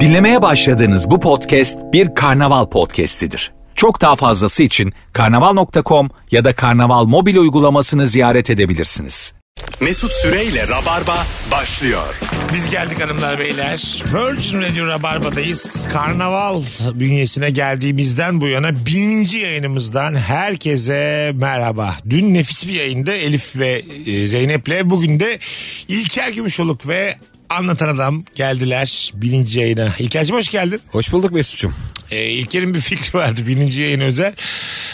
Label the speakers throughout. Speaker 1: Dinlemeye başladığınız bu podcast bir karnaval podcastidir. Çok daha fazlası için karnaval.com ya da karnaval mobil uygulamasını ziyaret edebilirsiniz.
Speaker 2: Mesut Süreyle Rabarba başlıyor.
Speaker 3: Biz geldik hanımlar beyler. Virgin Radio Rabarba'dayız. Karnaval bünyesine geldiğimizden bu yana bininci yayınımızdan herkese merhaba. Dün nefis bir yayında Elif ve e, Zeynep'le bugün de İlker Gümüşoluk ve Anlatan Adam geldiler bininci yayına. İlker'cim hoş geldin.
Speaker 4: Hoş bulduk Mesut'cum.
Speaker 3: Ee, İlker'in bir fikri vardı bininci yayın özel.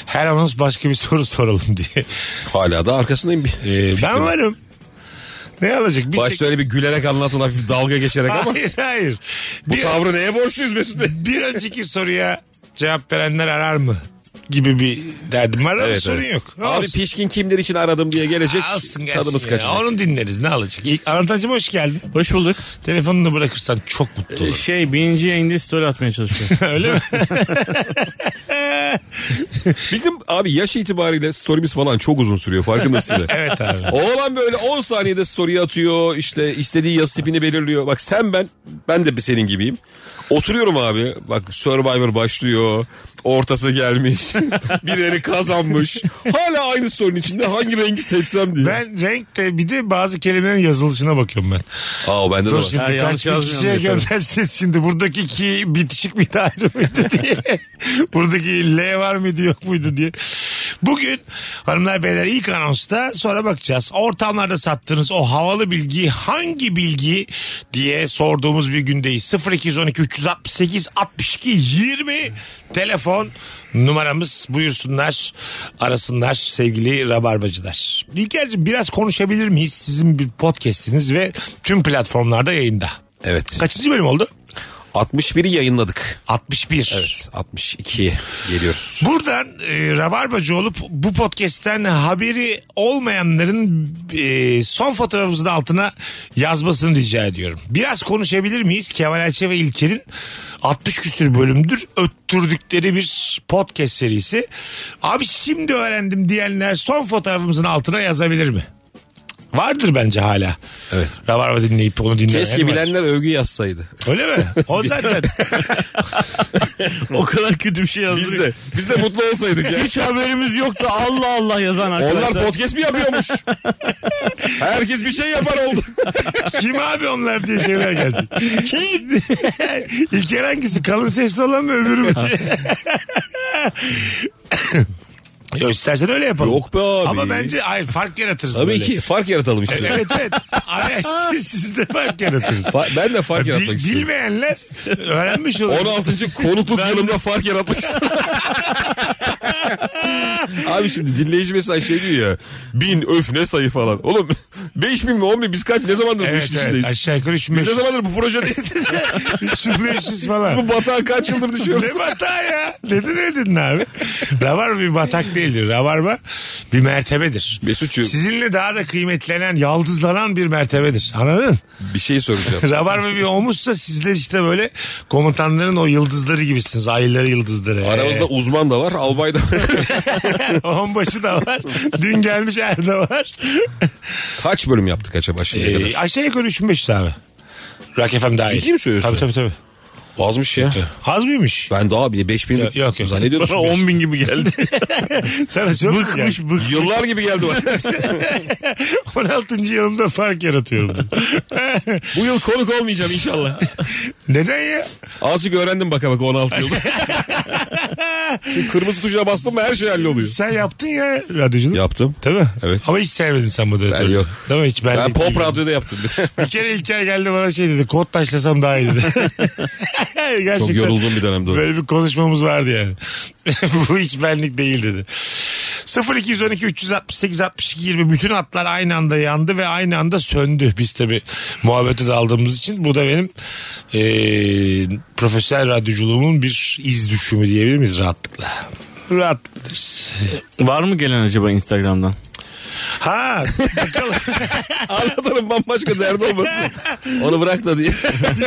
Speaker 3: Her anons başka bir soru soralım diye.
Speaker 4: Hala da arkasındayım. Bir,
Speaker 3: Ee, ben varım. Ne alacak? Bir
Speaker 4: Başta öyle bir gülerek anlatılan bir dalga geçerek ama
Speaker 3: Hayır hayır.
Speaker 4: bu
Speaker 3: Bir-
Speaker 4: tavrı neye borçluyuz Mesut Bey?
Speaker 3: bir önceki soruya cevap verenler arar mı? Gibi bir derdim var ama
Speaker 4: Evet,
Speaker 3: sorun
Speaker 4: evet.
Speaker 3: yok. Ne
Speaker 4: Abi
Speaker 3: olsun?
Speaker 4: pişkin kimler için aradım diye gelecek.
Speaker 3: Alsın gelsin
Speaker 4: tadımız
Speaker 3: ya.
Speaker 4: kaçacak.
Speaker 3: Onu dinleriz ne alacak? İlk, Anlatacım hoş geldin.
Speaker 5: Hoş bulduk.
Speaker 3: Telefonunu bırakırsan çok mutlu
Speaker 5: Ee,
Speaker 3: olurum.
Speaker 5: Şey birinci yayında story atmaya çalışıyorum.
Speaker 3: Öyle mi?
Speaker 4: Bizim abi yaş itibariyle story'miz falan çok uzun sürüyor farkındasın değil mi?
Speaker 3: evet abi.
Speaker 4: Oğlan böyle 10 saniyede story atıyor işte istediği yazı tipini belirliyor. Bak sen ben ben de bir senin gibiyim. Oturuyorum abi bak Survivor başlıyor ortası gelmiş birileri kazanmış hala aynı story'nin içinde hangi rengi seçsem diye.
Speaker 3: Ben renkte bir de bazı kelimelerin yazılışına bakıyorum ben.
Speaker 4: Aa bende de
Speaker 3: Dur
Speaker 4: var.
Speaker 3: şimdi
Speaker 5: Ha,
Speaker 3: kaç
Speaker 5: yanlış
Speaker 3: bin
Speaker 5: yazmıyorum
Speaker 3: kişiye
Speaker 5: diye tabii.
Speaker 3: gönderseniz şimdi buradaki ki bitişik miydi ayrı mıydı diye. buradaki L var mıydı yok muydu diye. Bugün hanımlar beyler ilk anonsta sonra bakacağız. Ortamlarda sattığınız o havalı bilgi hangi bilgi diye sorduğumuz bir gündeyiz. 0212 368 62 20 telefon numaramız buyursunlar arasınlar sevgili rabarbacılar. İlker'cim biraz konuşabilir miyiz? Sizin bir podcastiniz ve tüm platformlarda yayında.
Speaker 4: Evet.
Speaker 3: Kaçıncı bölüm oldu?
Speaker 4: 61'i yayınladık.
Speaker 3: 61.
Speaker 4: 62 geliyoruz.
Speaker 3: Buradan e, Rabarbacı olup bu podcast'ten haberi olmayanların e, son fotoğrafımızın altına yazmasını rica ediyorum. Biraz konuşabilir miyiz? Kemal Ayça ve İlker'in 60 küsür bölümdür öttürdükleri bir podcast serisi. Abi şimdi öğrendim diyenler son fotoğrafımızın altına yazabilir mi? Vardır bence hala.
Speaker 4: Evet.
Speaker 3: Rabarba dinleyip onu dinleyen.
Speaker 4: Keşke
Speaker 3: var.
Speaker 4: bilenler övgü yazsaydı.
Speaker 3: Öyle mi? O zaten.
Speaker 5: o kadar kötü bir şey yazdık.
Speaker 4: Biz de biz de mutlu olsaydık ya.
Speaker 5: Hiç haberimiz yoktu. Allah Allah yazan
Speaker 4: Onlar
Speaker 5: arkadaşlar.
Speaker 4: podcast mi yapıyormuş? Herkes bir şey yapar oldu.
Speaker 3: Kim abi onlar diye şeyler gelecek. Kim? İlker hangisi? Kalın sesli olan mı öbürü mü? Ya istersen öyle yapalım.
Speaker 4: Yok be abi.
Speaker 3: Ama bence hayır fark yaratırız
Speaker 4: Tabii
Speaker 3: böyle.
Speaker 4: ki fark yaratalım istiyorum.
Speaker 3: Evet evet. Hayır, siz, siz de fark yaratırız.
Speaker 4: Fa- ben de fark
Speaker 3: Bil-
Speaker 4: yaratmak istiyorum.
Speaker 3: Bilmeyenler öğrenmiş olur.
Speaker 4: 16. konutluk yılımda fark yaratmak istiyorum. Abi şimdi dinleyici mesela şey diyor ya. Bin öf ne sayı falan. Oğlum 5000 mi 10 bin biz kaç ne zamandır bu
Speaker 3: Evet
Speaker 4: işin
Speaker 3: evet
Speaker 4: içindeyiz?
Speaker 3: aşağı yukarı
Speaker 4: Biz ne
Speaker 3: 3500,
Speaker 4: zamandır bu projedeyiz?
Speaker 3: 3500 falan.
Speaker 4: bu batağa kaç yıldır düşüyoruz?
Speaker 3: Ne batağı ya? Dedin ne dedin abi? Rabarba bir batak değildir. Rabarba bir mertebedir.
Speaker 4: Mesut'cuğum.
Speaker 3: Sizinle daha da kıymetlenen, yaldızlanan bir mertebedir. Anladın?
Speaker 4: Bir şey soracağım.
Speaker 3: Rabarba bir omuzsa sizler işte böyle komutanların o yıldızları gibisiniz. Ayları yıldızları.
Speaker 4: Aramızda uzman da var, albay da var.
Speaker 3: Ee, onbaşı da var. Dün gelmiş er de var.
Speaker 4: Kaç bölüm yaptık acaba şimdiye
Speaker 3: Ee,
Speaker 4: kadar?
Speaker 3: aşağı yukarı 3500 abi. Rock FM dahil.
Speaker 4: Ciddi mi söylüyorsun?
Speaker 3: Tabii tabii tabii.
Speaker 4: Azmış ya.
Speaker 3: Az mıymış?
Speaker 4: Ben daha bile 5000
Speaker 3: Yok, yok, yok.
Speaker 4: zannediyordum.
Speaker 5: Bana 10 bin gibi geldi.
Speaker 3: Sana çok mu geldi?
Speaker 5: bıkmış bık.
Speaker 4: Yıllar gibi geldi bana.
Speaker 3: 16. yılımda fark yaratıyorum.
Speaker 4: Bu yıl konuk olmayacağım inşallah.
Speaker 3: Neden ya?
Speaker 4: Azıcık öğrendim baka baka 16 yılda. Şimdi kırmızı tuşuna bastım mı her şey halloluyor.
Speaker 3: Sen yaptın ya radyoculuk.
Speaker 4: Yaptım.
Speaker 3: Değil mi?
Speaker 4: Evet.
Speaker 3: Ama hiç sevmedin sen moderatörü.
Speaker 4: Ben yok.
Speaker 3: Değil mi? Hiç ben,
Speaker 4: Ben
Speaker 3: de-
Speaker 4: pop radyoda yaptım bir de.
Speaker 3: Bir kere İlker geldi bana şey dedi. Kod taşlasam daha iyi dedi. Gerçekten.
Speaker 4: Çok yorulduğum bir dönemde o.
Speaker 3: Böyle bir konuşmamız vardı yani. Bu hiç benlik değil dedi. 0212 368 62 20 bütün hatlar aynı anda yandı ve aynı anda söndü. Biz tabi muhabbete daldığımız için bu da benim eee, profesyonel radyoculuğumun bir iz düşümü diyebilir miyiz rahatlıkla? Rahatlıkla deriz.
Speaker 5: Var mı gelen acaba Instagram'dan?
Speaker 3: Ha bakalım
Speaker 4: Anlatanın bambaşka derdi olmasın. Onu bırak da diye.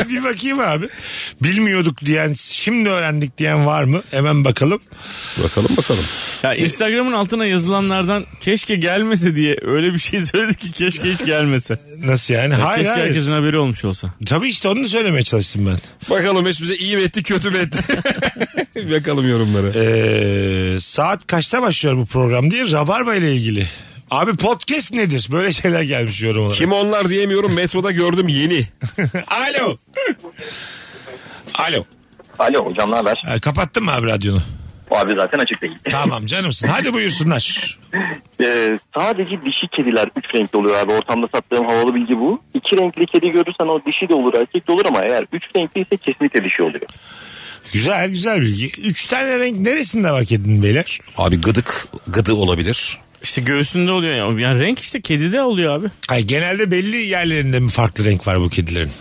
Speaker 3: bir, bir bakayım abi. Bilmiyorduk diyen şimdi öğrendik diyen var mı? Hemen bakalım.
Speaker 4: bakalım bakalım.
Speaker 5: Ya Instagram'ın altına yazılanlardan keşke gelmese diye öyle bir şey söyledi ki keşke hiç gelmese.
Speaker 3: Nasıl yani? hayır
Speaker 5: keşke
Speaker 3: hayır.
Speaker 5: herkesin haberi olmuş olsa.
Speaker 3: Tabii işte onu söylemeye çalıştım ben.
Speaker 4: Bakalım hiç bize iyi mi etti kötü mü etti. bakalım yorumlara.
Speaker 3: Ee, saat kaçta başlıyor bu program diye Rabarba ile ilgili. Abi podcast nedir? Böyle şeyler gelmiş yorum olarak.
Speaker 4: Kim onlar diyemiyorum metroda gördüm yeni.
Speaker 3: Alo. Alo.
Speaker 6: Alo hocam ne haber?
Speaker 3: Ee, kapattın mı abi radyonu?
Speaker 6: O abi zaten açık değil.
Speaker 3: Tamam canımsın. Hadi buyursunlar.
Speaker 6: Ee, sadece dişi kediler üç renkli oluyor abi. Ortamda sattığım havalı bilgi bu. İki renkli kedi görürsen o dişi de olur erkek de olur ama eğer üç renkli ise kesinlikle dişi oluyor.
Speaker 3: Güzel güzel bilgi. Üç tane renk neresinde var kedinin beyler?
Speaker 4: Abi gıdık gıdı olabilir.
Speaker 5: İşte göğsünde oluyor ya. Yani renk işte kedide oluyor abi.
Speaker 3: Ay, genelde belli yerlerinde mi farklı renk var bu kedilerin?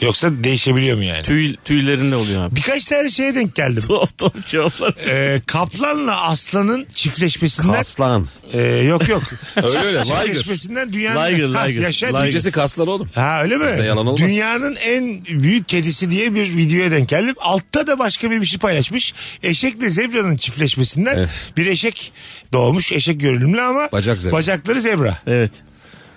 Speaker 3: Yoksa değişebiliyor mu yani?
Speaker 5: Tüy, tüylerinde oluyor abi.
Speaker 3: Birkaç tane şeye denk geldim.
Speaker 5: Tuhaf tuhaf cevaplar.
Speaker 3: Ee, kaplanla aslanın çiftleşmesinden
Speaker 4: Kaslan.
Speaker 3: Ee, yok yok.
Speaker 4: Öyle öyle. Liger.
Speaker 3: çiftleşmesinden dünyanın
Speaker 5: Liger,
Speaker 3: Ha,
Speaker 5: Liger,
Speaker 3: yaşa
Speaker 5: Liger.
Speaker 4: Türkçesi kaslan oğlum.
Speaker 3: Ha öyle mi?
Speaker 4: Bizde yalan olmaz.
Speaker 3: Dünyanın en büyük kedisi diye bir videoya denk geldim. Altta da başka bir şey paylaşmış. Eşekle zebranın çiftleşmesinden
Speaker 4: Evet.
Speaker 3: bir eşek doğmuş. Eşek görünümlü ama
Speaker 4: Bacak zebra.
Speaker 3: bacakları zebra.
Speaker 5: Evet.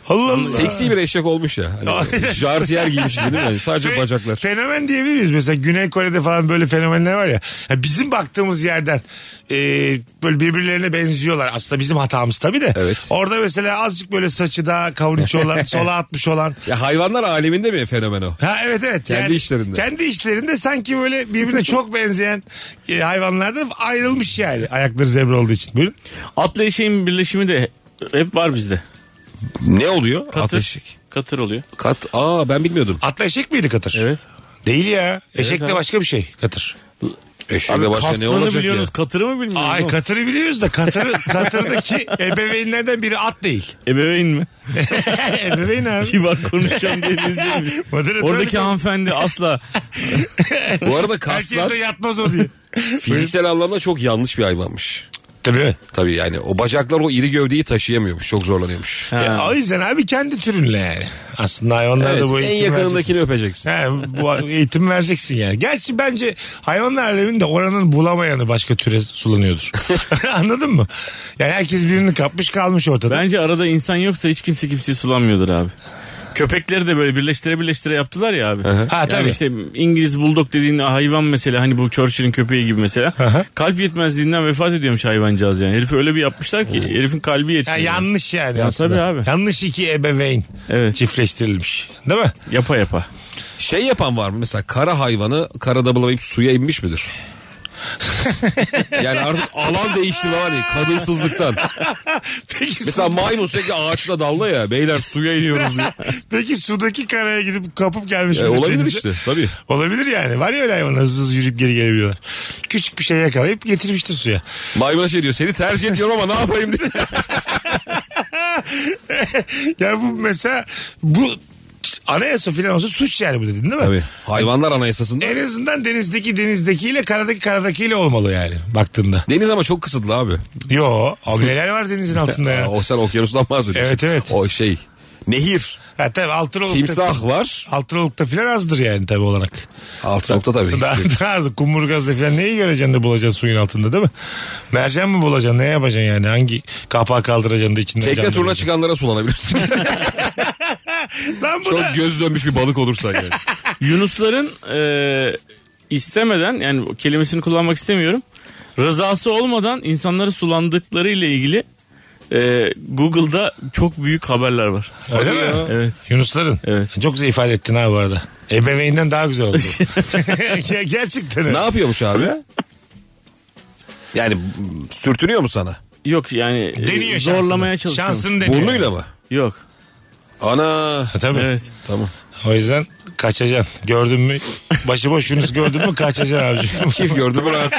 Speaker 3: Allah Allah.
Speaker 4: Seksi bir eşek olmuş ya. Hani jartiyer giymiş gibi değil mi? Yani sadece
Speaker 3: Fe-
Speaker 4: bacaklar.
Speaker 3: Şey, Fenomen diyebiliriz. Mesela Güney Kore'de falan böyle fenomenler var ya. Ya bizim baktığımız yerden e, böyle birbirlerine benziyorlar. Aslında bizim hatamız tabii de.
Speaker 4: Evet.
Speaker 3: Orada mesela azıcık böyle saçı daha kavurucu olan, sola atmış olan.
Speaker 4: Ya hayvanlar aleminde mi fenomen o?
Speaker 3: Ha evet evet.
Speaker 4: Kendi işlerinde.
Speaker 3: Kendi işlerinde sanki böyle birbirine çok benzeyen e, hayvanlarda ayrılmış yani. Ayakları zebra olduğu için. Buyurun.
Speaker 5: Atla eşeğin birleşimi de hep var bizde.
Speaker 4: Ne oluyor?
Speaker 5: Katır.
Speaker 4: Ateşik.
Speaker 5: Katır oluyor.
Speaker 4: Kat. Aa ben bilmiyordum.
Speaker 3: Atla eşek miydi katır?
Speaker 5: Evet.
Speaker 3: Değil ya. Eşek de
Speaker 5: abi.
Speaker 3: başka bir şey katır.
Speaker 4: Eşekle başka ne
Speaker 5: Kaslanı
Speaker 4: olacak ya?
Speaker 5: biliyorsunuz, katırı mı bilmiyorsunuz?
Speaker 3: Ay
Speaker 5: oğlum?
Speaker 3: katırı biliyoruz da katırı, katırdaki ebeveynlerden biri at değil.
Speaker 5: Ebeveyn mi?
Speaker 3: Ebeveyn abi.
Speaker 5: Kibar konuşacağım diye izleyebilirim.
Speaker 3: Moderatör
Speaker 5: Oradaki
Speaker 3: de-
Speaker 5: hanımefendi asla
Speaker 4: Bu arada
Speaker 3: Herkes
Speaker 4: kaslan
Speaker 3: de yatmaz o diye.
Speaker 4: fiziksel anlamda çok yanlış bir hayvanmış.
Speaker 3: Tabii.
Speaker 4: Tabii yani o bacaklar o iri gövdeyi taşıyamıyormuş. Çok zorlanıyormuş.
Speaker 3: Ya, o yüzden abi kendi türünle yani. Aslında hayvanlar
Speaker 4: Evet,
Speaker 3: da bu
Speaker 4: en
Speaker 3: eğitim
Speaker 4: yakınındakini öpeceksin.
Speaker 3: vereceksin. He, bu eğitim vereceksin yani. Gerçi bence hayvanlar aleminde oranın bulamayanı başka türe sulanıyordur. Anladın mı? Yani herkes birini kapmış kalmış ortada.
Speaker 5: Bence arada insan yoksa hiç kimse kimseyi sulanmıyordur abi. Köpekleri de böyle birleştire birleştire yaptılar ya abi.
Speaker 3: Ha,
Speaker 5: yani
Speaker 3: tabii.
Speaker 5: işte İngiliz bulldog dediğin hayvan mesela hani bu Churchill'in köpeği gibi mesela.
Speaker 3: hı.
Speaker 5: kalp yetmezliğinden vefat ediyormuş hayvancağız yani. Herifi öyle bir yapmışlar ki herifin kalbi
Speaker 3: Ya
Speaker 5: yetmiyor.
Speaker 3: yanlış yani
Speaker 5: Ya
Speaker 3: aslında.
Speaker 5: tabii abi.
Speaker 3: Yanlış iki ebeveyn
Speaker 5: Evet.
Speaker 3: çiftleştirilmiş. Değil mi?
Speaker 5: Yapa yapa.
Speaker 4: Şey yapan var mı mesela kara hayvanı karada bulamayıp suya inmiş midir? yani artık alan değişti var ya kadınsızlıktan.
Speaker 3: Peki,
Speaker 4: Mesela
Speaker 3: su-
Speaker 4: maymun sürekli ağaçla dalda ya beyler suya iniyoruz diyor.
Speaker 3: peki sudaki karaya gidip kapıp gelmiş.
Speaker 4: E, olabilir
Speaker 3: denize.
Speaker 4: işte tabii.
Speaker 3: Olabilir yani. Var ya öyle hayvanlar hızlı hızlı yürüyüp geri gelebiliyorlar. Küçük bir şey yakalayıp getirmiştir suya.
Speaker 4: Maymuna şey diyor seni tercih ediyorum ama ne yapayım diye.
Speaker 3: ya bu mesela bu anayasa falan olsa suç yani bu dedin değil mi?
Speaker 4: Tabii hayvanlar anayasasında.
Speaker 3: En azından denizdeki denizdekiyle karadaki karadakiyle olmalı yani baktığında.
Speaker 4: Deniz ama çok kısıtlı abi.
Speaker 3: Yo abi neler var denizin altında ya.
Speaker 4: O sen okyanustan bahsediyorsun.
Speaker 3: Evet, evet.
Speaker 4: O şey nehir,
Speaker 3: Ha, tabii altınolukta,
Speaker 4: timsah var.
Speaker 3: altınolukta falan azdır yani tabii olarak.
Speaker 4: Altı nokta tabii.
Speaker 3: Daha, daha az. Kumburgaz'da falan neyi göreceksin de bulacaksın suyun altında değil mi? Mercan mı bulacaksın? Ne yapacaksın yani? Hangi kapağı kaldıracaksın da içinden
Speaker 4: Tekne
Speaker 3: canlı
Speaker 4: turuna
Speaker 3: bulacaksın?
Speaker 4: çıkanlara sulanabilirsin.
Speaker 3: Lan bu da
Speaker 4: çok göz dönmüş bir balık olursa yani.
Speaker 5: Yunusların e, istemeden yani kelimesini kullanmak istemiyorum. Rızası olmadan insanları sulandıkları ile ilgili e, Google'da çok büyük haberler var.
Speaker 3: öyle mi?
Speaker 5: Evet.
Speaker 3: Yunusların.
Speaker 5: Evet.
Speaker 3: Çok güzel ifade ettin abi bu arada. Ebeveynden daha güzel oldu. Ya Gerçekten öyle.
Speaker 4: ne yapıyormuş abi? Yani sürtünüyor mu sana?
Speaker 5: Yok yani e,
Speaker 3: Deniyor şansını.
Speaker 5: zorlamaya çalışıyor.
Speaker 3: Şansını deniyor.
Speaker 4: Burnuyla mı?
Speaker 5: Yok.
Speaker 4: Ana.
Speaker 3: Ha, Tabii.
Speaker 5: Evet.
Speaker 4: Tamam.
Speaker 3: O yüzden kaçacaksın. Gördün mü? Başıboş Yunus gördün mü kaçacaksın abicim.
Speaker 4: Çift gördü mü rahat.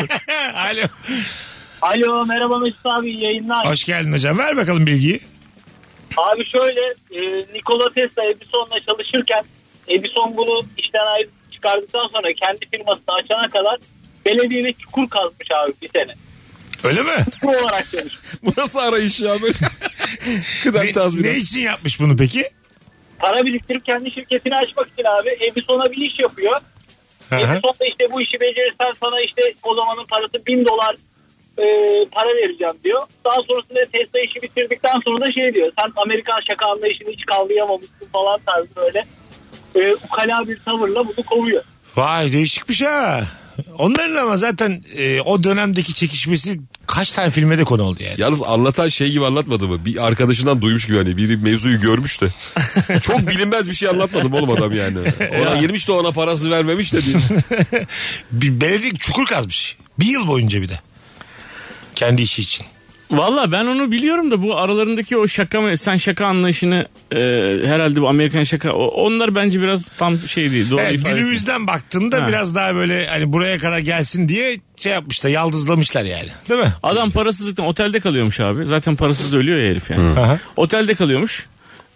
Speaker 3: Alo.
Speaker 7: Alo merhaba Mesut abi iyi yayınlar.
Speaker 3: Hoş geldin hocam. Ver bakalım bilgiyi.
Speaker 7: Abi şöyle e, Nikola Tesla Edison'la çalışırken Edison bunu işten ayrı çıkardıktan sonra kendi firmasını açana kadar belediyede çukur kazmış abi bir sene.
Speaker 3: Öyle mi?
Speaker 7: Bu olarak demiş.
Speaker 4: Bu nasıl arayış ya böyle? Kıdem
Speaker 3: ne, ne
Speaker 4: tazminat.
Speaker 3: için yapmış bunu peki?
Speaker 7: Para biriktirip kendi şirketini açmak için abi Edison'a bir iş yapıyor.
Speaker 3: Hı hı.
Speaker 7: Edison da işte bu işi becerirsen sana işte o zamanın parası bin dolar e, para vereceğim diyor. Daha sonrasında Tesla işi bitirdikten sonra da şey diyor. Sen Amerikan şaka anlayışını hiç kavrayamamışsın falan tarzı böyle. E, ukala bir tavırla bunu kovuyor.
Speaker 3: Vay değişikmiş ha. Onların ama zaten e, o dönemdeki çekişmesi kaç tane filme de konu oldu yani.
Speaker 4: Yalnız anlatan şey gibi anlatmadı mı? Bir arkadaşından duymuş gibi hani biri mevzuyu görmüş de. Çok bilinmez bir şey anlatmadım oğlum adam yani. Ona girmiş de ona parası vermemiş de diye.
Speaker 3: Bir belediye çukur kazmış. Bir yıl boyunca bir de. Kendi işi için.
Speaker 5: Valla ben onu biliyorum da bu aralarındaki o şaka mı sen şaka anlayışını e, herhalde bu Amerikan şaka o- onlar bence biraz tam şey değil doğru
Speaker 3: Evet,
Speaker 5: ifade etmiyor.
Speaker 3: günümüzden baktığında
Speaker 5: Ha.
Speaker 3: biraz daha böyle hani buraya kadar gelsin diye şey yapmışlar yaldızlamışlar yani değil mi?
Speaker 5: Adam parasızlıktan otelde kalıyormuş abi. Zaten parasız da ölüyor ya herif yani.
Speaker 3: Aha.
Speaker 5: Otelde kalıyormuş.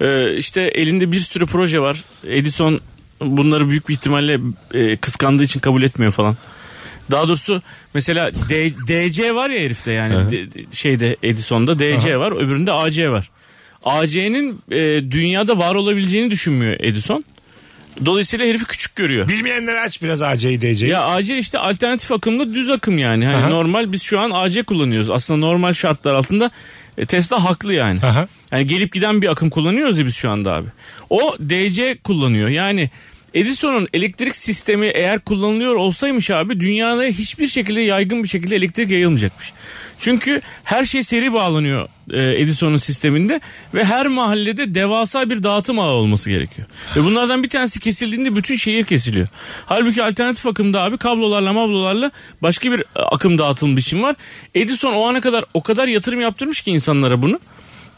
Speaker 5: Ee, işte elinde bir sürü proje var. Edison bunları büyük bir ihtimalle e, kıskandığı için kabul etmiyor falan. Daha doğrusu mesela D- DC var ya herifte yani D- D- şeyde Edison'da DC var öbüründe AC var. AC'nin dünyada var olabileceğini düşünmüyor Edison. Dolayısıyla herifi küçük görüyor.
Speaker 3: Bilmeyenler aç biraz AC'yi DC'yi.
Speaker 5: Ya AC işte alternatif akımda düz akım yani. Hani
Speaker 3: Aha.
Speaker 5: normal biz şu an AC kullanıyoruz. Aslında normal şartlar altında e, Tesla haklı yani.
Speaker 3: Aha.
Speaker 5: Yani gelip giden bir akım kullanıyoruz ya biz şu anda abi. O DC kullanıyor. Yani Edison'un elektrik sistemi eğer kullanılıyor olsaymış abi dünyada hiçbir şekilde yaygın bir şekilde elektrik yayılmayacakmış. Çünkü her şey seri bağlanıyor e, Edison'un sisteminde ve her mahallede devasa bir dağıtım ağı olması gerekiyor. Ve bunlardan bir tanesi kesildiğinde bütün şehir kesiliyor. Halbuki alternatif akımda abi kablolarla mablolarla başka bir e, akım dağıtım biçimi var. Edison o ana kadar o kadar yatırım yaptırmış ki insanlara bunu.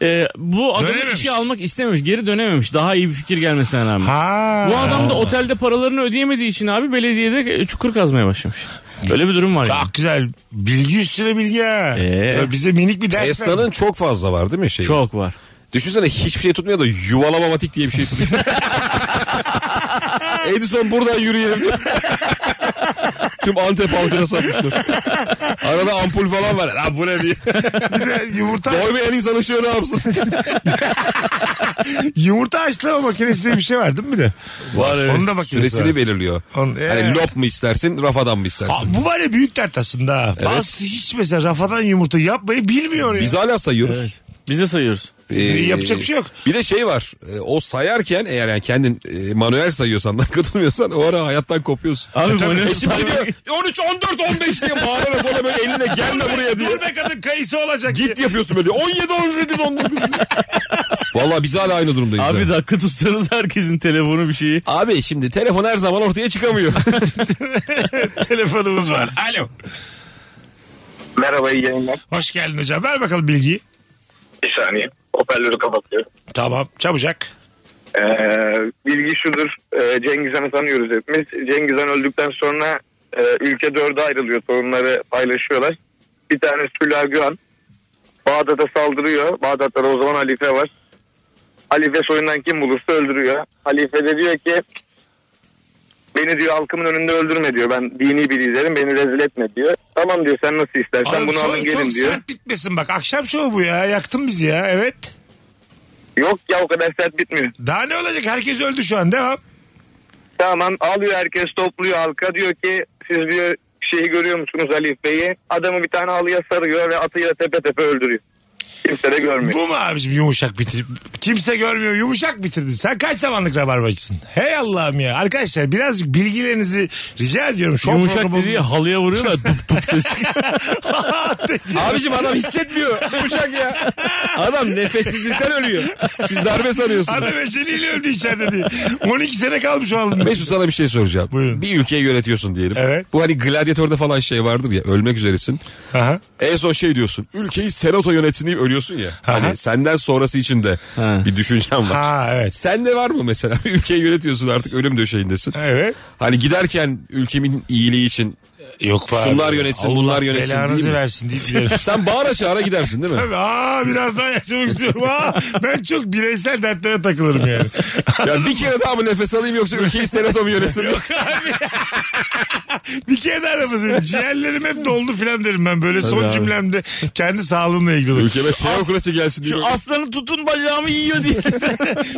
Speaker 5: E, bu adamı
Speaker 3: Dönememiş.
Speaker 5: işe almak istememiş. Geri dönememiş. Daha iyi bir fikir gelmesine rağmen.
Speaker 3: Ha.
Speaker 5: Bu adam da otelde paralarını ödeyemediği için abi belediyede e, çukur kazmaya başlamış. Öyle bir durum var yani.
Speaker 3: Çok güzel. Bilgi üstüne bilgi ha.
Speaker 5: Ee?
Speaker 3: Tabii Bize minik bir ders.
Speaker 4: Tesla'nın çok fazla var değil mi şey?
Speaker 5: Çok var.
Speaker 4: Düşünsene hiçbir şey tutmuyor da yuvalamamatik diye bir şey tutuyor. Edison buradan yürüyelim. Tüm Antep halkına satmışlar. Arada ampul falan var. Lan bu ne diye.
Speaker 3: Bir de yumurta,
Speaker 4: Doymayan insan ışığı ne yapsın?
Speaker 3: yumurta açlama makinesi diye bir şey var değil mi bir de?
Speaker 4: Var
Speaker 3: evet. Onu da bakıyorsun.
Speaker 4: Süresini belirliyor.
Speaker 3: Onu- Ee.
Speaker 4: Hani lop mu istersin, rafadan mı istersin?
Speaker 3: Aa, bu var ya büyük dert aslında. ha. Bazısı hiç mesela rafadan yumurta yapmayı bilmiyor ya.
Speaker 4: Biz hala sayıyoruz.
Speaker 5: Biz de sayıyoruz.
Speaker 4: Ee,
Speaker 3: Yapacak bir şey yok.
Speaker 4: Bir de şey var. e, O sayarken eğer yani kendin e, manuel sayıyorsan da katılmıyorsan o ara hayattan kopuyorsun.
Speaker 3: E,
Speaker 4: E
Speaker 5: Abi manuel
Speaker 4: Eşim
Speaker 5: saymak-
Speaker 4: geliyor, 13, 14, 15 diye bağırarak ona böyle eline gelme buraya diye.
Speaker 3: Dur be kadın kayısı olacak diye.
Speaker 4: Git yapıyorsun böyle. 17, 18, 19. Valla biz hala aynı durumdayız.
Speaker 5: Abi
Speaker 4: yani.
Speaker 5: dakika tutsanız herkesin telefonu bir şeyi.
Speaker 4: Abi şimdi telefon her zaman ortaya çıkamıyor.
Speaker 3: Telefonumuz var. Alo.
Speaker 6: Merhaba iyi yayınlar.
Speaker 3: Hoş geldin hocam. Ver bakalım bilgiyi.
Speaker 6: Bir saniye. Hoparlörü kapatıyorum.
Speaker 3: Tamam. Çabucak.
Speaker 6: Ee, bilgi şudur. Ee, Cengizhan'ı tanıyoruz hepimiz. Cengizhan öldükten sonra e, ülke dörde ayrılıyor. Sorunları paylaşıyorlar. Bir tanesi Hülya Gühan. Bağdat'a saldırıyor. Bağdat'ta da o zaman halife var. Halife soyundan kim bulursa öldürüyor. Halife de diyor ki beni diyor halkımın önünde öldürme diyor. Ben dini bir liderim beni rezil etme diyor. Tamam diyor sen nasıl istersen
Speaker 3: Oğlum
Speaker 6: bunu
Speaker 3: soy
Speaker 6: alın gelin
Speaker 3: çok
Speaker 6: diyor.
Speaker 3: sert bitmesin bak. Akşam şovu bu ya. Yaktın bizi ya. Evet.
Speaker 6: Yok ya o kadar sert bitmiyor.
Speaker 3: Daha ne olacak? Herkes öldü şu an. Devam.
Speaker 6: Tamam alıyor herkes topluyor halka diyor ki siz diyor şeyi görüyor musunuz Halif Bey'i? Adamı bir tane halıya sarıyor ve atıyla tepe tepe öldürüyor. Kimse de görmüyor.
Speaker 3: Bu mu abicim yumuşak bitir? Kimse görmüyor yumuşak bitirdin. Sen kaç zamanlık rabarbacısın? Hey Allah'ım ya. Arkadaşlar birazcık bilgilerinizi rica ediyorum. Şov
Speaker 5: Yumuşak
Speaker 3: programı-
Speaker 5: dediği halıya vuruyor da dup dup ses çıkıyor.
Speaker 4: Abicim adam hissetmiyor. Yumuşak ya. Adam nefessizlikten ölüyor. Siz darbe sanıyorsunuz.
Speaker 3: Adam eceliyle öldü içeride diye. 12 sene kalmış o halinde.
Speaker 4: Mesut sana bir şey soracağım.
Speaker 3: Buyurun.
Speaker 4: Bir ülkeyi yönetiyorsun diyelim.
Speaker 3: Evet.
Speaker 4: Bu hani gladyatörde falan şey vardır ya ölmek üzeresin.
Speaker 3: Aha.
Speaker 4: En son şey diyorsun. Ülkeyi senato yönetsin deyip ölüyorsun ya.
Speaker 3: Aha.
Speaker 4: Hani senden sonrası için de
Speaker 5: Ha.
Speaker 4: bir düşüncem var.
Speaker 3: Ha evet.
Speaker 4: Sende var mı mesela? Ülkeyi yönetiyorsun artık ölüm döşeğindesin.
Speaker 3: Evet.
Speaker 4: Hani giderken ülkemin iyiliği için
Speaker 3: Yok be abi.
Speaker 4: Şunlar yönetsin, bunlar yönetsin değil
Speaker 3: Belanızı
Speaker 4: mi?
Speaker 3: versin diye biliyorum.
Speaker 4: Sen bağıra çağıra gidersin değil mi?
Speaker 3: Tabii, Aa biraz daha yaşamak istiyorum. Aa, ben çok bireysel dertlere takılırım yani.
Speaker 4: ya bir kere daha mı nefes alayım yoksa ülkeyi senato mu yönetsin?
Speaker 3: bir kere de aramasın. Ciğerlerim hep doldu filan derim ben. Böyle son
Speaker 4: abi.
Speaker 3: cümlemde kendi sağlığımla ilgili olur.
Speaker 4: Ülkeme teokrasi gelsin diye.
Speaker 5: Şu aslanı tutun bacağımı yiyor diye.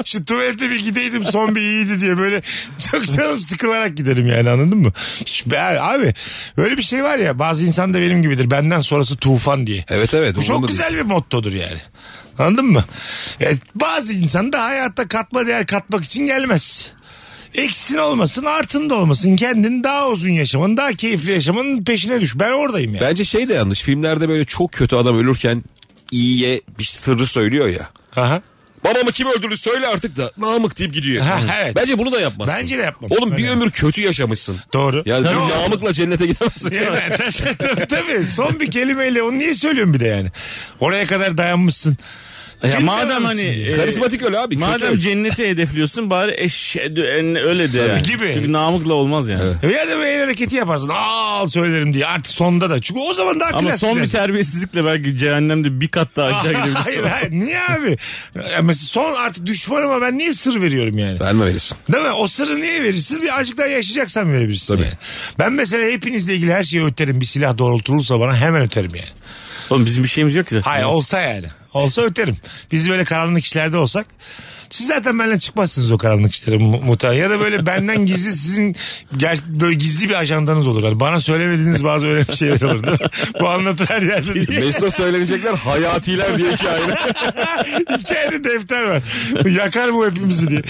Speaker 3: Şu tuvalete bir gideydim son bir iyiydi diye böyle çok canım sıkılarak giderim yani anladın mı? Hiç, be- abi böyle bir şey var ya bazı insan da benim gibidir. Benden sonrası tufan diye.
Speaker 4: Evet evet.
Speaker 3: Bu çok
Speaker 4: umurumda
Speaker 3: güzel
Speaker 4: değil.
Speaker 3: bir mottodur yani. Anladın mı? Yani bazı insan da hayatta katma değer katmak için gelmez. Eksin olmasın, artın da olmasın. Kendini daha uzun yaşamanın, daha keyifli yaşamanın peşine düş. Ben oradayım yani.
Speaker 4: Bence şey de yanlış. Filmlerde böyle çok kötü adam ölürken iyiye bir sırrı söylüyor ya.
Speaker 3: Aha.
Speaker 4: Babamı kim öldürdü söyle artık da namık deyip gidiyor.
Speaker 3: Ha, evet.
Speaker 4: Bence bunu da yapmazsın.
Speaker 3: Bence de yapmam.
Speaker 4: Oğlum bir
Speaker 3: Öyle.
Speaker 4: ömür kötü yaşamışsın.
Speaker 3: Doğru.
Speaker 4: Yani
Speaker 3: Tabii.
Speaker 4: bir namıkla cennete gidemezsin.
Speaker 3: Yani, tabii, tabii, tabii. Son bir kelimeyle onu niye söylüyorsun bir de yani? Oraya kadar dayanmışsın.
Speaker 5: Ya
Speaker 3: Filmden
Speaker 5: madem
Speaker 3: alırsın
Speaker 5: hani
Speaker 3: diye.
Speaker 5: e,
Speaker 4: Karizmatik öyle abi. kötü
Speaker 5: madem
Speaker 4: öl.
Speaker 5: cenneti hedefliyorsun bari eşhedü en e, öyle de. yani.
Speaker 3: Gibi.
Speaker 5: Çünkü namıkla olmaz yani.
Speaker 3: E, Ya da böyle hareketi yaparsın. Al söylerim diye. Artık sonda da. Çünkü o zaman daha
Speaker 5: Ama
Speaker 3: klasik
Speaker 5: son bir
Speaker 3: dersin.
Speaker 5: terbiyesizlikle belki cehennemde bir kat daha aşağı
Speaker 3: hayır
Speaker 5: gidebilirsin.
Speaker 3: hayır niye abi? Ya mesela son artık düşmanıma ben niye sır veriyorum yani?
Speaker 4: Verme verirsin.
Speaker 3: Değil mi? O sırrı niye verirsin? Bir azıcık daha yaşayacaksan verebilirsin.
Speaker 4: Tabii.
Speaker 3: yani. Ben mesela hepinizle ilgili her şeyi öterim. Bir silah doğrultulursa bana hemen öterim yani.
Speaker 5: Oğlum bizim bir şeyimiz yok ki zaten.
Speaker 3: Hayır olsa yani. Olsa öterim. Biz böyle karanlık işlerde olsak siz zaten benden çıkmazsınız o karanlık işlere mu- muhtemelen. Ya da böyle benden gizli sizin ger- böyle gizli bir ajandanız olur. Yani bana söylemediğiniz bazı önemli şeyler olur. değil mi? Bu anlatır her yerde. diye.
Speaker 4: Mesut'a söylenecekler hayatiler diye iki ayrı.
Speaker 3: İçeride defter var. Yakar bu hepimizi diye.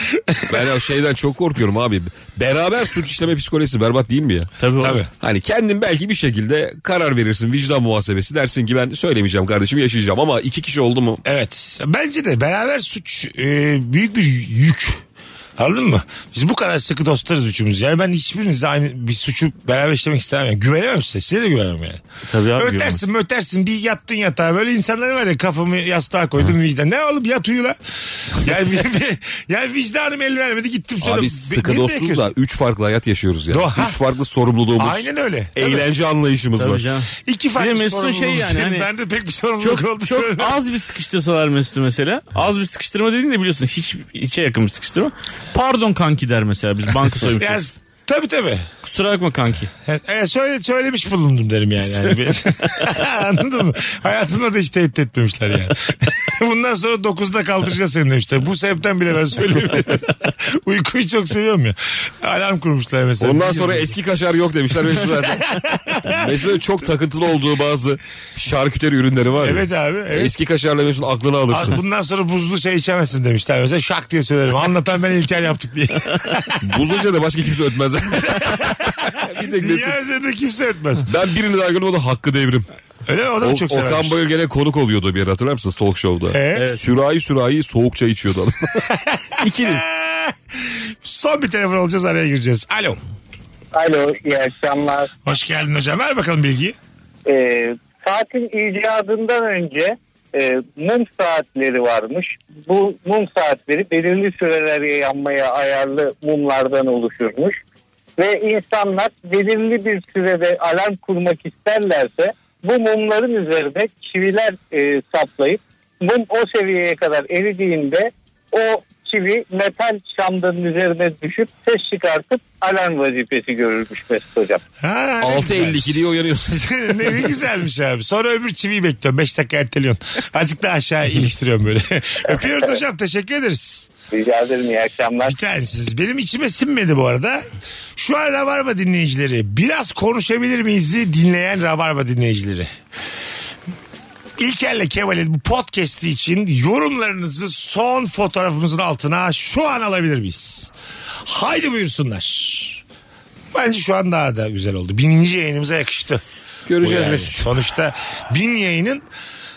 Speaker 4: Ben o şeyden çok korkuyorum abi. Beraber suç işleme psikolojisi berbat değil mi ya?
Speaker 5: Tabii, oğlum.
Speaker 3: Tabii.
Speaker 4: Hani kendin belki bir şekilde karar verirsin vicdan muhasebesi dersin ki ben söylemeyeceğim kardeşim yaşayacağım ama iki kişi oldu mu
Speaker 3: Evet. Bence de beraber suç e, büyük bir yük. Anladın mı? Biz bu kadar sıkı dostlarız üçümüz. Yani ben hiçbirinizle aynı bir suçu beraber işlemek istemem. Yani Güvenemem size. Size de güvenemem yani.
Speaker 5: Tabii abi.
Speaker 3: ötersin ötersin bir yattın yatağa böyle insanlar var ya kafamı yastığa koydum vicdan. Ne oğlum yat uyu la. Yani, bir, bir- yani vicdanım el vermedi gittim sonra.
Speaker 4: abi
Speaker 3: Be-
Speaker 4: sıkı
Speaker 3: beni
Speaker 4: dostuz da
Speaker 3: bekliyorsun.
Speaker 4: üç farklı hayat yaşıyoruz yani.
Speaker 3: Doğru. Ha.
Speaker 4: Üç farklı sorumluluğumuz.
Speaker 3: Aynen öyle.
Speaker 4: Eğlence anlayışımız
Speaker 5: Tabii
Speaker 4: var.
Speaker 5: canım.
Speaker 3: İki
Speaker 5: Bir
Speaker 3: farklı
Speaker 5: de
Speaker 3: şey
Speaker 5: Mesut'un
Speaker 3: sorumluluğumuz.
Speaker 5: şey yani
Speaker 3: yani,
Speaker 5: hani-
Speaker 3: ben de pek bir sorumluluk oldu.
Speaker 5: Çok, çok
Speaker 3: şöyle.
Speaker 5: az bir sıkıştırsalar Mesut'u mesela. Az bir sıkıştırma dediğin de biliyorsun hiç içe yakın bir sıkıştırma. Pardon kanki der mesela biz banka
Speaker 3: Yani,
Speaker 5: soymuşuz.
Speaker 3: tabii tabii.
Speaker 5: Kusura bakma kanki.
Speaker 3: E, e, söyle, söylemiş bulundum derim yani. yani bir- Anladın mı? Hayatımda da hiç tehdit etmemişler yani. Bundan sonra 9'da kaldıracağız seni demişler. Bu sebepten bile ben söylemiyorum. Uykuyu çok seviyorum ya. Alarm kurmuşlar mesela.
Speaker 4: Ondan sonra eski kaşar yok demişler Mesut zaten. Mesut'un çok takıntılı olduğu bazı şarküteri ürünleri var ya.
Speaker 3: Evet abi. Evet.
Speaker 4: Eski kaşarla Mesut'un aklını alırsın.
Speaker 3: Az- Bundan sonra buzlu şey içemezsin demişler. Mesela şak diye söylerim. Anlatan ben İlker yaptık diye.
Speaker 4: Buzulca da başka kimse ötmez. bir tek
Speaker 3: Dünya
Speaker 4: Mesut.
Speaker 3: üzerinde kimse etmez.
Speaker 4: Ben birini daha gördüm o da Hakkı Devrim.
Speaker 3: Öyle mi? O da
Speaker 4: O,
Speaker 3: çok
Speaker 4: Okan
Speaker 3: severmiş.
Speaker 4: Bayül gene konuk oluyordu bir yer hatırlar mısınız talk show'da.
Speaker 3: Evet. Evet.
Speaker 4: Sürahi sürahi soğuk çay içiyordu adam. İkiniz.
Speaker 3: Son bir telefon alacağız araya gireceğiz. Alo.
Speaker 6: Alo iyi akşamlar.
Speaker 3: Hoş geldin hocam. Ver bakalım bilgiyi.
Speaker 6: Ee, saatin icadından önce e, mum saatleri varmış. Bu mum saatleri belirli sürelere yanmaya ayarlı mumlardan oluşurmuş. Ve insanlar belirli bir sürede alarm kurmak isterlerse bu mumların üzerine çiviler e, saplayıp mum o seviyeye kadar eridiğinde o çivi metal şamdanın üzerine düşüp ses çıkartıp alarm vazifesi görülmüş Mesut Hocam.
Speaker 3: Ha, ne
Speaker 4: 6.52
Speaker 3: güzelmiş.
Speaker 4: diye uyanıyorsun.
Speaker 3: ne ne güzelmiş abi. Sonra öbür çiviyi bekliyorum. 5 dakika erteliyorsun. Azıcık da aşağı iliştiriyorum böyle. Öpüyoruz hocam. Teşekkür ederiz.
Speaker 6: Rica ederim iyi akşamlar.
Speaker 3: Bir tanesiniz. Benim içime sinmedi bu arada. Şu an Rabarba dinleyicileri. Biraz konuşabilir miyiz dinleyen Rabarba dinleyicileri. İlker'le Kemal'in bu podcast'i için yorumlarınızı son fotoğrafımızın altına şu an alabilir miyiz? Haydi buyursunlar. Bence şu an daha da güzel oldu. Bininci yayınımıza yakıştı.
Speaker 4: Göreceğiz
Speaker 3: Bu
Speaker 4: Mesut.
Speaker 3: Sonuçta bin yayının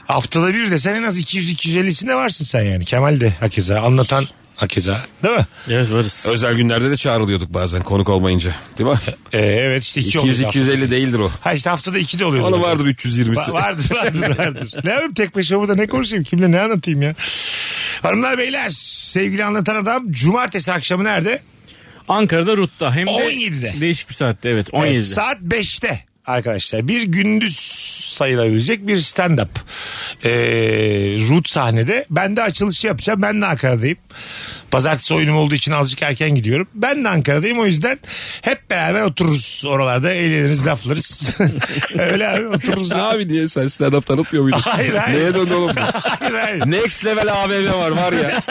Speaker 3: haftada bir desen en az 200-250'sinde varsın sen yani. Kemal de hakeza anlatan hakeza değil mi?
Speaker 5: Evet varız.
Speaker 4: Özel günlerde de çağrılıyorduk bazen konuk olmayınca. Değil mi?
Speaker 3: Ee, evet işte iki oluyor.
Speaker 4: 200-250 değildir o.
Speaker 3: Ha işte haftada iki de oluyor.
Speaker 4: Onu
Speaker 3: Zaten.
Speaker 4: vardır 320'si.
Speaker 3: Va- vardır vardır vardır. ne yapayım tek başıma burada ne konuşayım kimle ne anlatayım ya. Hanımlar beyler sevgili anlatan adam cumartesi akşamı nerede?
Speaker 5: Ankara'da RUT'ta hem de
Speaker 3: 17'de.
Speaker 5: değişik bir saatte evet
Speaker 3: Evet,
Speaker 5: 17'de.
Speaker 3: saat 5'te arkadaşlar. Bir gündüz sayılabilecek bir stand-up. Ee, Rut sahnede. Ben de açılışı yapacağım. Ben de Ankara'dayım. Pazartesi oyunum olduğu için azıcık erken gidiyorum. Ben de Ankara'dayım o yüzden hep beraber otururuz oralarda. Eğleniriz, laflarız. Öyle abi otururuz.
Speaker 4: Abi niye sen stand-up tanıtmıyor muydun?
Speaker 3: Hayır, hayır.
Speaker 4: Neye döndü oğlum?
Speaker 3: hayır hayır.
Speaker 4: Next level AVM var var ya.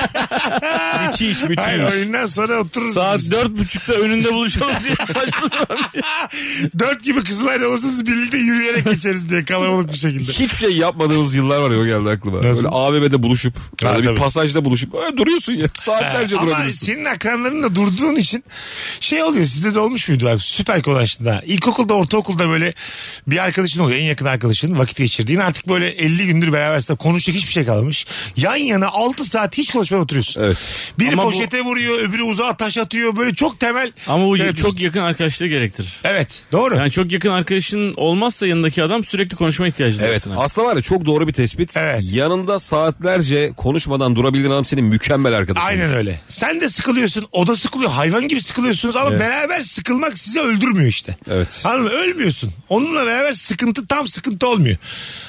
Speaker 5: Müthiş
Speaker 3: Hayır
Speaker 5: müthiş.
Speaker 3: oyundan sonra otururuz.
Speaker 5: Saat dört buçukta önünde buluşalım diye saçma sapan bir şey.
Speaker 3: Dört gibi Kızılay'da olursunuz birlikte yürüyerek geçeriz diye kalabalık bir şekilde.
Speaker 4: Hiçbir şey yapmadığımız yıllar var ya o geldi aklıma.
Speaker 3: Nasıl?
Speaker 4: Böyle AVM'de buluşup,
Speaker 3: Ha,
Speaker 4: böyle bir
Speaker 3: tabii.
Speaker 4: pasajda buluşup öyle duruyorsun ya. Saatlerce
Speaker 3: Ama
Speaker 4: durabilirsin.
Speaker 3: senin akranların da durduğun için şey oluyor sizde de olmuş muydu bak süper kolaşında ilkokulda ortaokulda böyle bir arkadaşın oluyor en yakın arkadaşın vakit geçirdiğin artık böyle 50 gündür berabersin konuşacak hiçbir şey kalmamış yan yana 6 saat hiç konuşmaya oturuyorsun.
Speaker 4: Evet.
Speaker 3: Biri
Speaker 5: Ama bu-
Speaker 3: poşete vuruyor öbürü uzağa taş atıyor böyle çok temel.
Speaker 5: Ama bu
Speaker 3: şey
Speaker 5: çok
Speaker 3: yapıyorsun.
Speaker 5: yakın arkadaşlığı gerektirir.
Speaker 3: Evet doğru.
Speaker 5: Yani çok yakın arkadaşın olmazsa yanındaki adam sürekli konuşma ihtiyacı duyar
Speaker 4: Evet
Speaker 5: sana.
Speaker 4: aslında var ya çok doğru bir tespit.
Speaker 3: Evet.
Speaker 4: Yanında saatlerce konuşmadan durabildiğin adam senin mükemmel arkadaşın.
Speaker 3: Aynen öyle. Sen de sıkılıyorsun, o da sıkılıyor. Hayvan gibi sıkılıyorsunuz ama beraber sıkılmak sizi öldürmüyor işte.
Speaker 4: Evet.
Speaker 3: Anladın mı? Ölmüyorsun. Onunla beraber sıkıntı tam sıkıntı olmuyor.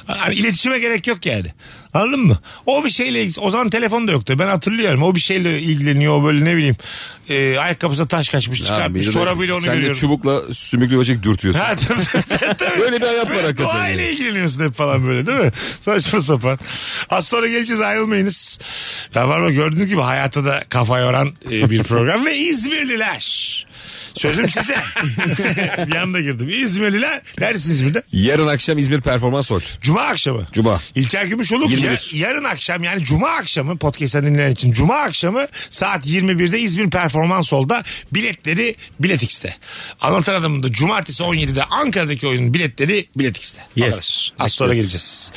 Speaker 3: Yani iletişime gerek yok yani. Anladın mı? O bir şeyle ilgili- o zaman telefon da yoktu. Ben hatırlıyorum. O bir şeyle ilgileniyor. O böyle ne bileyim. E, ayakkabısına taş kaçmış çıkartmış.
Speaker 4: bir de
Speaker 3: Çorabıyla onu
Speaker 4: sen
Speaker 3: görüyorum.
Speaker 4: de çubukla sümüklü böcek dürtüyorsun.
Speaker 3: Ha, tabii, tabii.
Speaker 4: Böyle bir hayat var hakikaten.
Speaker 3: Doğayla ilgileniyorsun hep falan böyle değil mi? Saçma sapan. Az sonra geleceğiz ayrılmayınız. Rabarba gördüğünüz gibi hayata da kafa yoran e, bir program. Ve İzmirliler. Sözüm size. bir anda girdim. İzmirliler. Neredesin İzmir'de?
Speaker 4: Yarın akşam İzmir Performans Hall.
Speaker 3: Cuma akşamı.
Speaker 4: Cuma.
Speaker 3: İlker Gümüşoluk
Speaker 4: 21.
Speaker 3: ya- yarın akşam yani cuma akşamı podcast'ten dinleyen için cuma akşamı saat 21'de İzmir Performans Hall'da biletleri Biletix'te. Anlatan Adam'ın da cumartesi 17'de Ankara'daki oyunun biletleri Biletix'te.
Speaker 5: Yes.
Speaker 3: Alırız. Az sonra geleceğiz.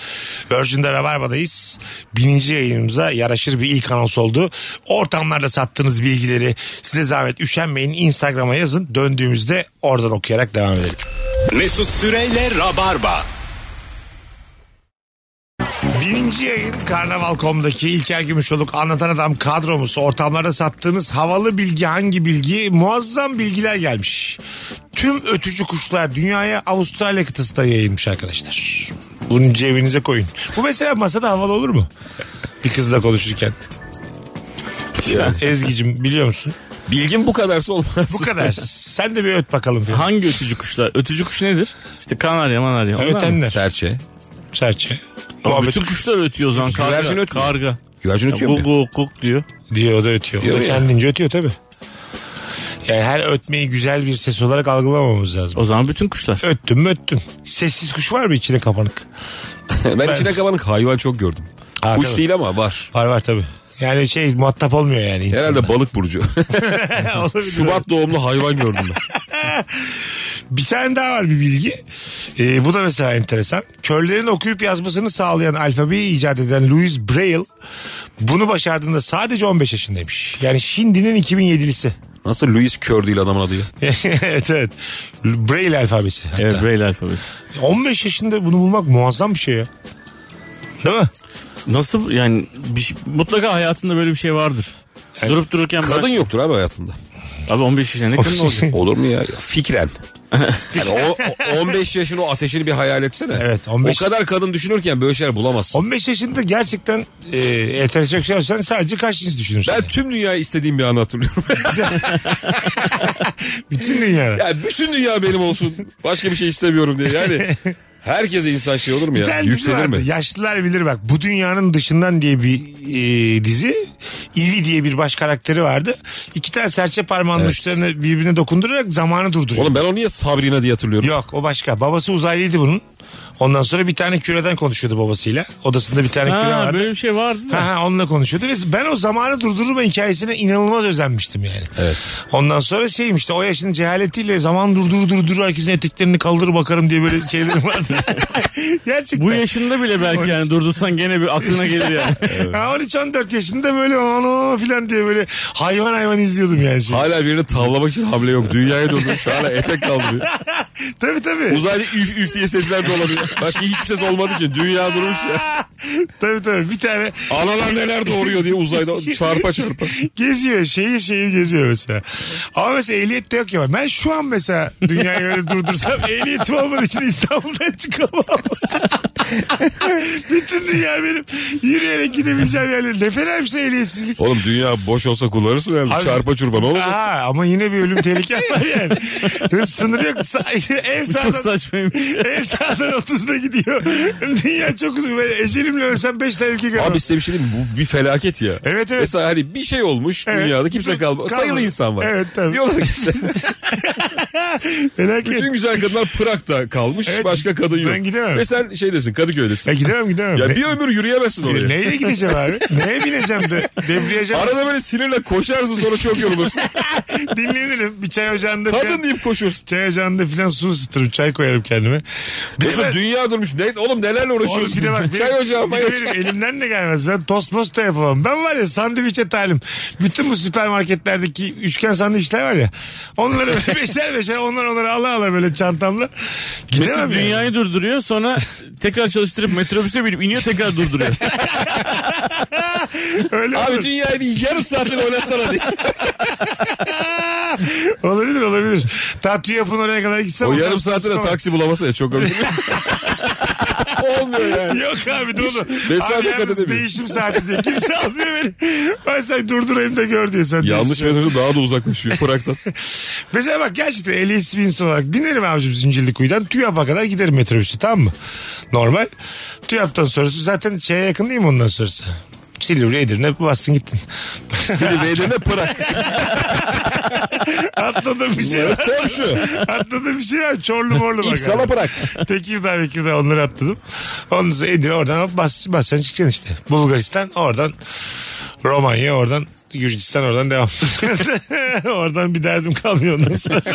Speaker 3: Virgin'de Rabarba'dayız. Bininci yayınımıza yaraşır bir ilk anons oldu. Ortamlarda sattığınız bilgileri size zahmet üşenmeyin. Instagram'a yazın. Döndüğümüzde oradan okuyarak devam edelim.
Speaker 2: Mesut Süreyle Rabarba.
Speaker 3: Birinci yayın Karnaval.com'daki İlker Gümüşoluk anlatan adam kadromuz. Ortamlarda sattığınız havalı bilgi hangi bilgi? Muazzam bilgiler gelmiş. Tüm ötücü kuşlar dünyaya Avustralya kıtasında yayılmış arkadaşlar. Bunu cebinize koyun. Bu mesela masada havalı olur mu? Bir kızla konuşurken. Ezgi'cim biliyor musun?
Speaker 4: Bilgin bu kadarsa olmaz.
Speaker 3: Bu kadar. Sen de bir öt bakalım. falan.
Speaker 5: Hangi ötücü kuşlar? Ötücü kuş nedir? İşte kanarya manarya. onlar mı?
Speaker 3: Ötenler.
Speaker 4: Serçe.
Speaker 3: Serçe.
Speaker 5: Ama
Speaker 3: Muhabbet
Speaker 5: bütün kuşlar ötüyor o zaman.
Speaker 4: Güvercin
Speaker 5: Karga.
Speaker 4: ötmüyor.
Speaker 5: Karga.
Speaker 4: Güvercin ötüyor mu?
Speaker 5: Gugu kuk diyor.
Speaker 3: diye o da ötüyor. O
Speaker 4: Yok
Speaker 3: da
Speaker 4: ya.
Speaker 3: kendince ötüyor tabii. Yani her ötmeyi güzel bir ses olarak algılamamamız lazım.
Speaker 5: O zaman bütün kuşlar.
Speaker 3: Öttün mü öttün. Sessiz kuş var mı içine kapanık?
Speaker 4: ben, içine kabanık hayvan çok gördüm.
Speaker 3: Ha,
Speaker 4: Kuş
Speaker 3: tabii.
Speaker 4: değil ama var.
Speaker 3: Var var tabii. Yani şey muhatap olmuyor yani. insan.
Speaker 4: Herhalde balık burcu.
Speaker 3: Olabilir.
Speaker 4: Şubat doğumlu hayvan gördüm ben.
Speaker 3: Bir tane daha var bir bilgi. Ee, bu da mesela enteresan. Körlerin okuyup yazmasını sağlayan alfabeyi icat eden Louis Braille bunu başardığında sadece 15 yaşındaymış. Yani şimdinin 2007'lisi.
Speaker 4: Nasıl Louis Kör değil adamın adı ya.
Speaker 3: evet evet. Braille alfabesi. hatta.
Speaker 5: Evet Braille alfabesi.
Speaker 3: 15 yaşında bunu bulmak muazzam bir şey ya. Değil mi?
Speaker 5: Nasıl yani bir şey- mutlaka hayatında böyle bir şey vardır. Durup dururken
Speaker 4: Kadın
Speaker 5: ben-
Speaker 4: yoktur abi hayatında.
Speaker 5: Abi 15 yaşında ne kadın olacak?
Speaker 4: Olur mu ya? Fikren. Yani o, o 15 yaşın o ateşini bir hayal etsene.
Speaker 3: Evet, 15
Speaker 4: O kadar kadın düşünürken böyle şeyler bulamazsın.
Speaker 3: 15 yaşında gerçekten e, heteroseksüel olsan sadece kaç cins düşünürsün?
Speaker 4: Ben tüm dünyayı istediğim bir anı hatırlıyorum.
Speaker 3: Bütün dünyada.
Speaker 4: yani bütün dünya benim olsun. Başka bir şey istemiyorum diye. Yani herkese insan şey olur mu
Speaker 3: Bir
Speaker 4: ya?
Speaker 3: tane dizi
Speaker 4: Yükselir
Speaker 3: vardı.
Speaker 4: mi?
Speaker 3: Yaşlılar bilir bak. Bu dünyanın dışından diye bir e, dizi. Ivy diye bir baş karakteri vardı. İki tane serçe parmağının
Speaker 4: Evet.
Speaker 3: uçlarını birbirine dokundurarak zamanı durduruyor.
Speaker 4: Oğlum ben onu niye Sabrina diye hatırlıyorum?
Speaker 3: Yok o başka. Babası uzaylıydı bunun. Ondan sonra bir tane küreden konuşuyordu babasıyla. Odasında bir tane küre
Speaker 5: Ha,
Speaker 3: vardı.
Speaker 5: böyle bir şey vardı da.
Speaker 3: Ha, ha, onunla konuşuyordu ve ben o zamanı durdurma hikayesine inanılmaz özenmiştim yani.
Speaker 4: Evet.
Speaker 3: Ondan sonra şeyim işte o yaşın cehaletiyle zaman durdur durdur herkesin eteklerini kaldır bakarım diye böyle şeylerim vardı. Gerçekten.
Speaker 5: Bu yaşında bile belki yani durdursan gene bir aklına gelir yani.
Speaker 3: Ha, 13-14 yaşında böyle ano filan diye böyle hayvan hayvan izliyordum yani. Şey.
Speaker 4: Hala birini tavlamak için hamle yok. Dünyaya dönmüş. Hala etek kaldırıyor.
Speaker 3: tabii tabii.
Speaker 4: Uzayda üf üf diye sesler de olabiliyor. Başka hiçbir ses olmadığı için dünya durmuş ya.
Speaker 3: tabii tabii bir tane
Speaker 4: Analar neler doğuruyor diye uzayda çarpa çarpa.
Speaker 3: geziyor şehir şehir geziyor mesela. Ama mesela ehliyet de yok ya. Ben şu an mesela dünyayı öyle durdursam ehliyetim olmadığı için İstanbul'dan çıkamam. Bütün dünya benim yürüyerek gidebileceğim yerler. Ne fena bir şey ehliyetsizlik.
Speaker 4: Oğlum dünya boş olsa kullanırsın herhalde.
Speaker 3: Abi-
Speaker 4: çarpa çurpa ne olacak?
Speaker 3: Aa, ama yine bir ölüm tehlikesi var yani. Hız sınırı yok. Sa- en
Speaker 5: Çok
Speaker 3: sağdan,
Speaker 5: saçmaymış.
Speaker 3: en sağdan 30'da gidiyor. Dünya çok uzun. Ben ecelimle ölsem 5 tane ülke görmem.
Speaker 4: Abi size bir şey diyeyim mi? Bu bir felaket ya.
Speaker 3: Evet, evet.
Speaker 4: Mesela hani bir şey olmuş
Speaker 3: Evet.
Speaker 4: dünyada kimse kalmadı.
Speaker 3: Kalmadı.
Speaker 4: Sayılı insan var.
Speaker 3: Evet, tabii.
Speaker 4: Diyorlar ki işte
Speaker 3: Felaket.
Speaker 4: bütün güzel kadınlar Pırak'ta kalmış.
Speaker 3: Evet,
Speaker 4: başka kadın yok.
Speaker 3: ben gidemem.
Speaker 4: Ve sen şeydesin Kadıköy'desin.
Speaker 3: Ya gidemem gidemem.
Speaker 4: Ya
Speaker 3: Ne-
Speaker 4: bir ömür yürüyemezsin oraya.
Speaker 3: Neyle E, gideceğim abi? Neye bineceğim de? Debriyaja
Speaker 4: Arada böyle sinirle koşarsın sonra çok yorulursun.
Speaker 3: dinlenirim. Bir çay ocağında
Speaker 4: Kadın
Speaker 3: falan-
Speaker 4: deyip koşursun.
Speaker 3: Çay ocağında filan su ısıtırım. Çay koyarım kendime. Bir de
Speaker 4: Mesela
Speaker 3: ben-
Speaker 4: dünya durmuş. Ne, oğlum nelerle
Speaker 3: Oğlum
Speaker 4: uğraşıyorsun?
Speaker 3: bir de bak benim,
Speaker 4: Çay ocağı
Speaker 3: bir de
Speaker 4: mayo-
Speaker 3: benim elimden de gelmez. Ben tost post da yapamam. Ben var ya sandviçe talim. Bütün bu süpermarketlerdeki üçgen sandviçler var ya. Onları böyle beşer beşer onlar onları ala ala böyle çantamla. Gidemem
Speaker 5: Mesut
Speaker 3: ya.
Speaker 5: dünyayı durduruyor sonra tekrar çalıştırıp metrobüse binip iniyor tekrar durduruyor.
Speaker 3: Öyle
Speaker 4: Abi
Speaker 3: olur.
Speaker 4: dünyayı bir yarım saatini oynatsana diye.
Speaker 3: olabilir olabilir. Tatlı yapın oraya kadar gitsem.
Speaker 4: O
Speaker 3: ondan
Speaker 4: yarım
Speaker 3: sonra
Speaker 4: saatine
Speaker 3: çıkamam.
Speaker 4: taksi bulamasa ya çok komik. Olmuyor yani.
Speaker 3: Yok abi doğru.
Speaker 4: mesafe
Speaker 3: abi
Speaker 4: kat
Speaker 3: yalnız
Speaker 4: edemiyor.
Speaker 3: değişim saati diye kimse almıyor beni. Ben sen durdurayım da gör diyor sen.
Speaker 4: Yanlış
Speaker 3: diyorsun.
Speaker 4: menajı daha da uzaklaşıyor Pırak'tan.
Speaker 3: Mesela bak gerçekten ehliyetsiz bir insan olarak binerim abicim Zincirlikuyu'dan TÜYAP'a kadar giderim metrobüsü tamam mı? Normal. TÜYAP'tan sonrası zaten şeye yakın değil mi ondan sonrası? Silivri Edirne bastın gittin.
Speaker 4: Seni beynine Pırak.
Speaker 3: Atladım bir şey var.
Speaker 4: Komşu.
Speaker 3: Atladım bir şey var. Çorlu morlu bak.
Speaker 4: İpsala
Speaker 3: abi.
Speaker 4: Pırak.
Speaker 3: Tekirdağ Mekirdağ onları atladım. Ondan sonra Edirne oradan hop bas, basacaksın çıkacaksın işte. Bulgaristan oradan Romanya oradan Gürcistan oradan devam. oradan bir derdim kalmıyor ondan sonra.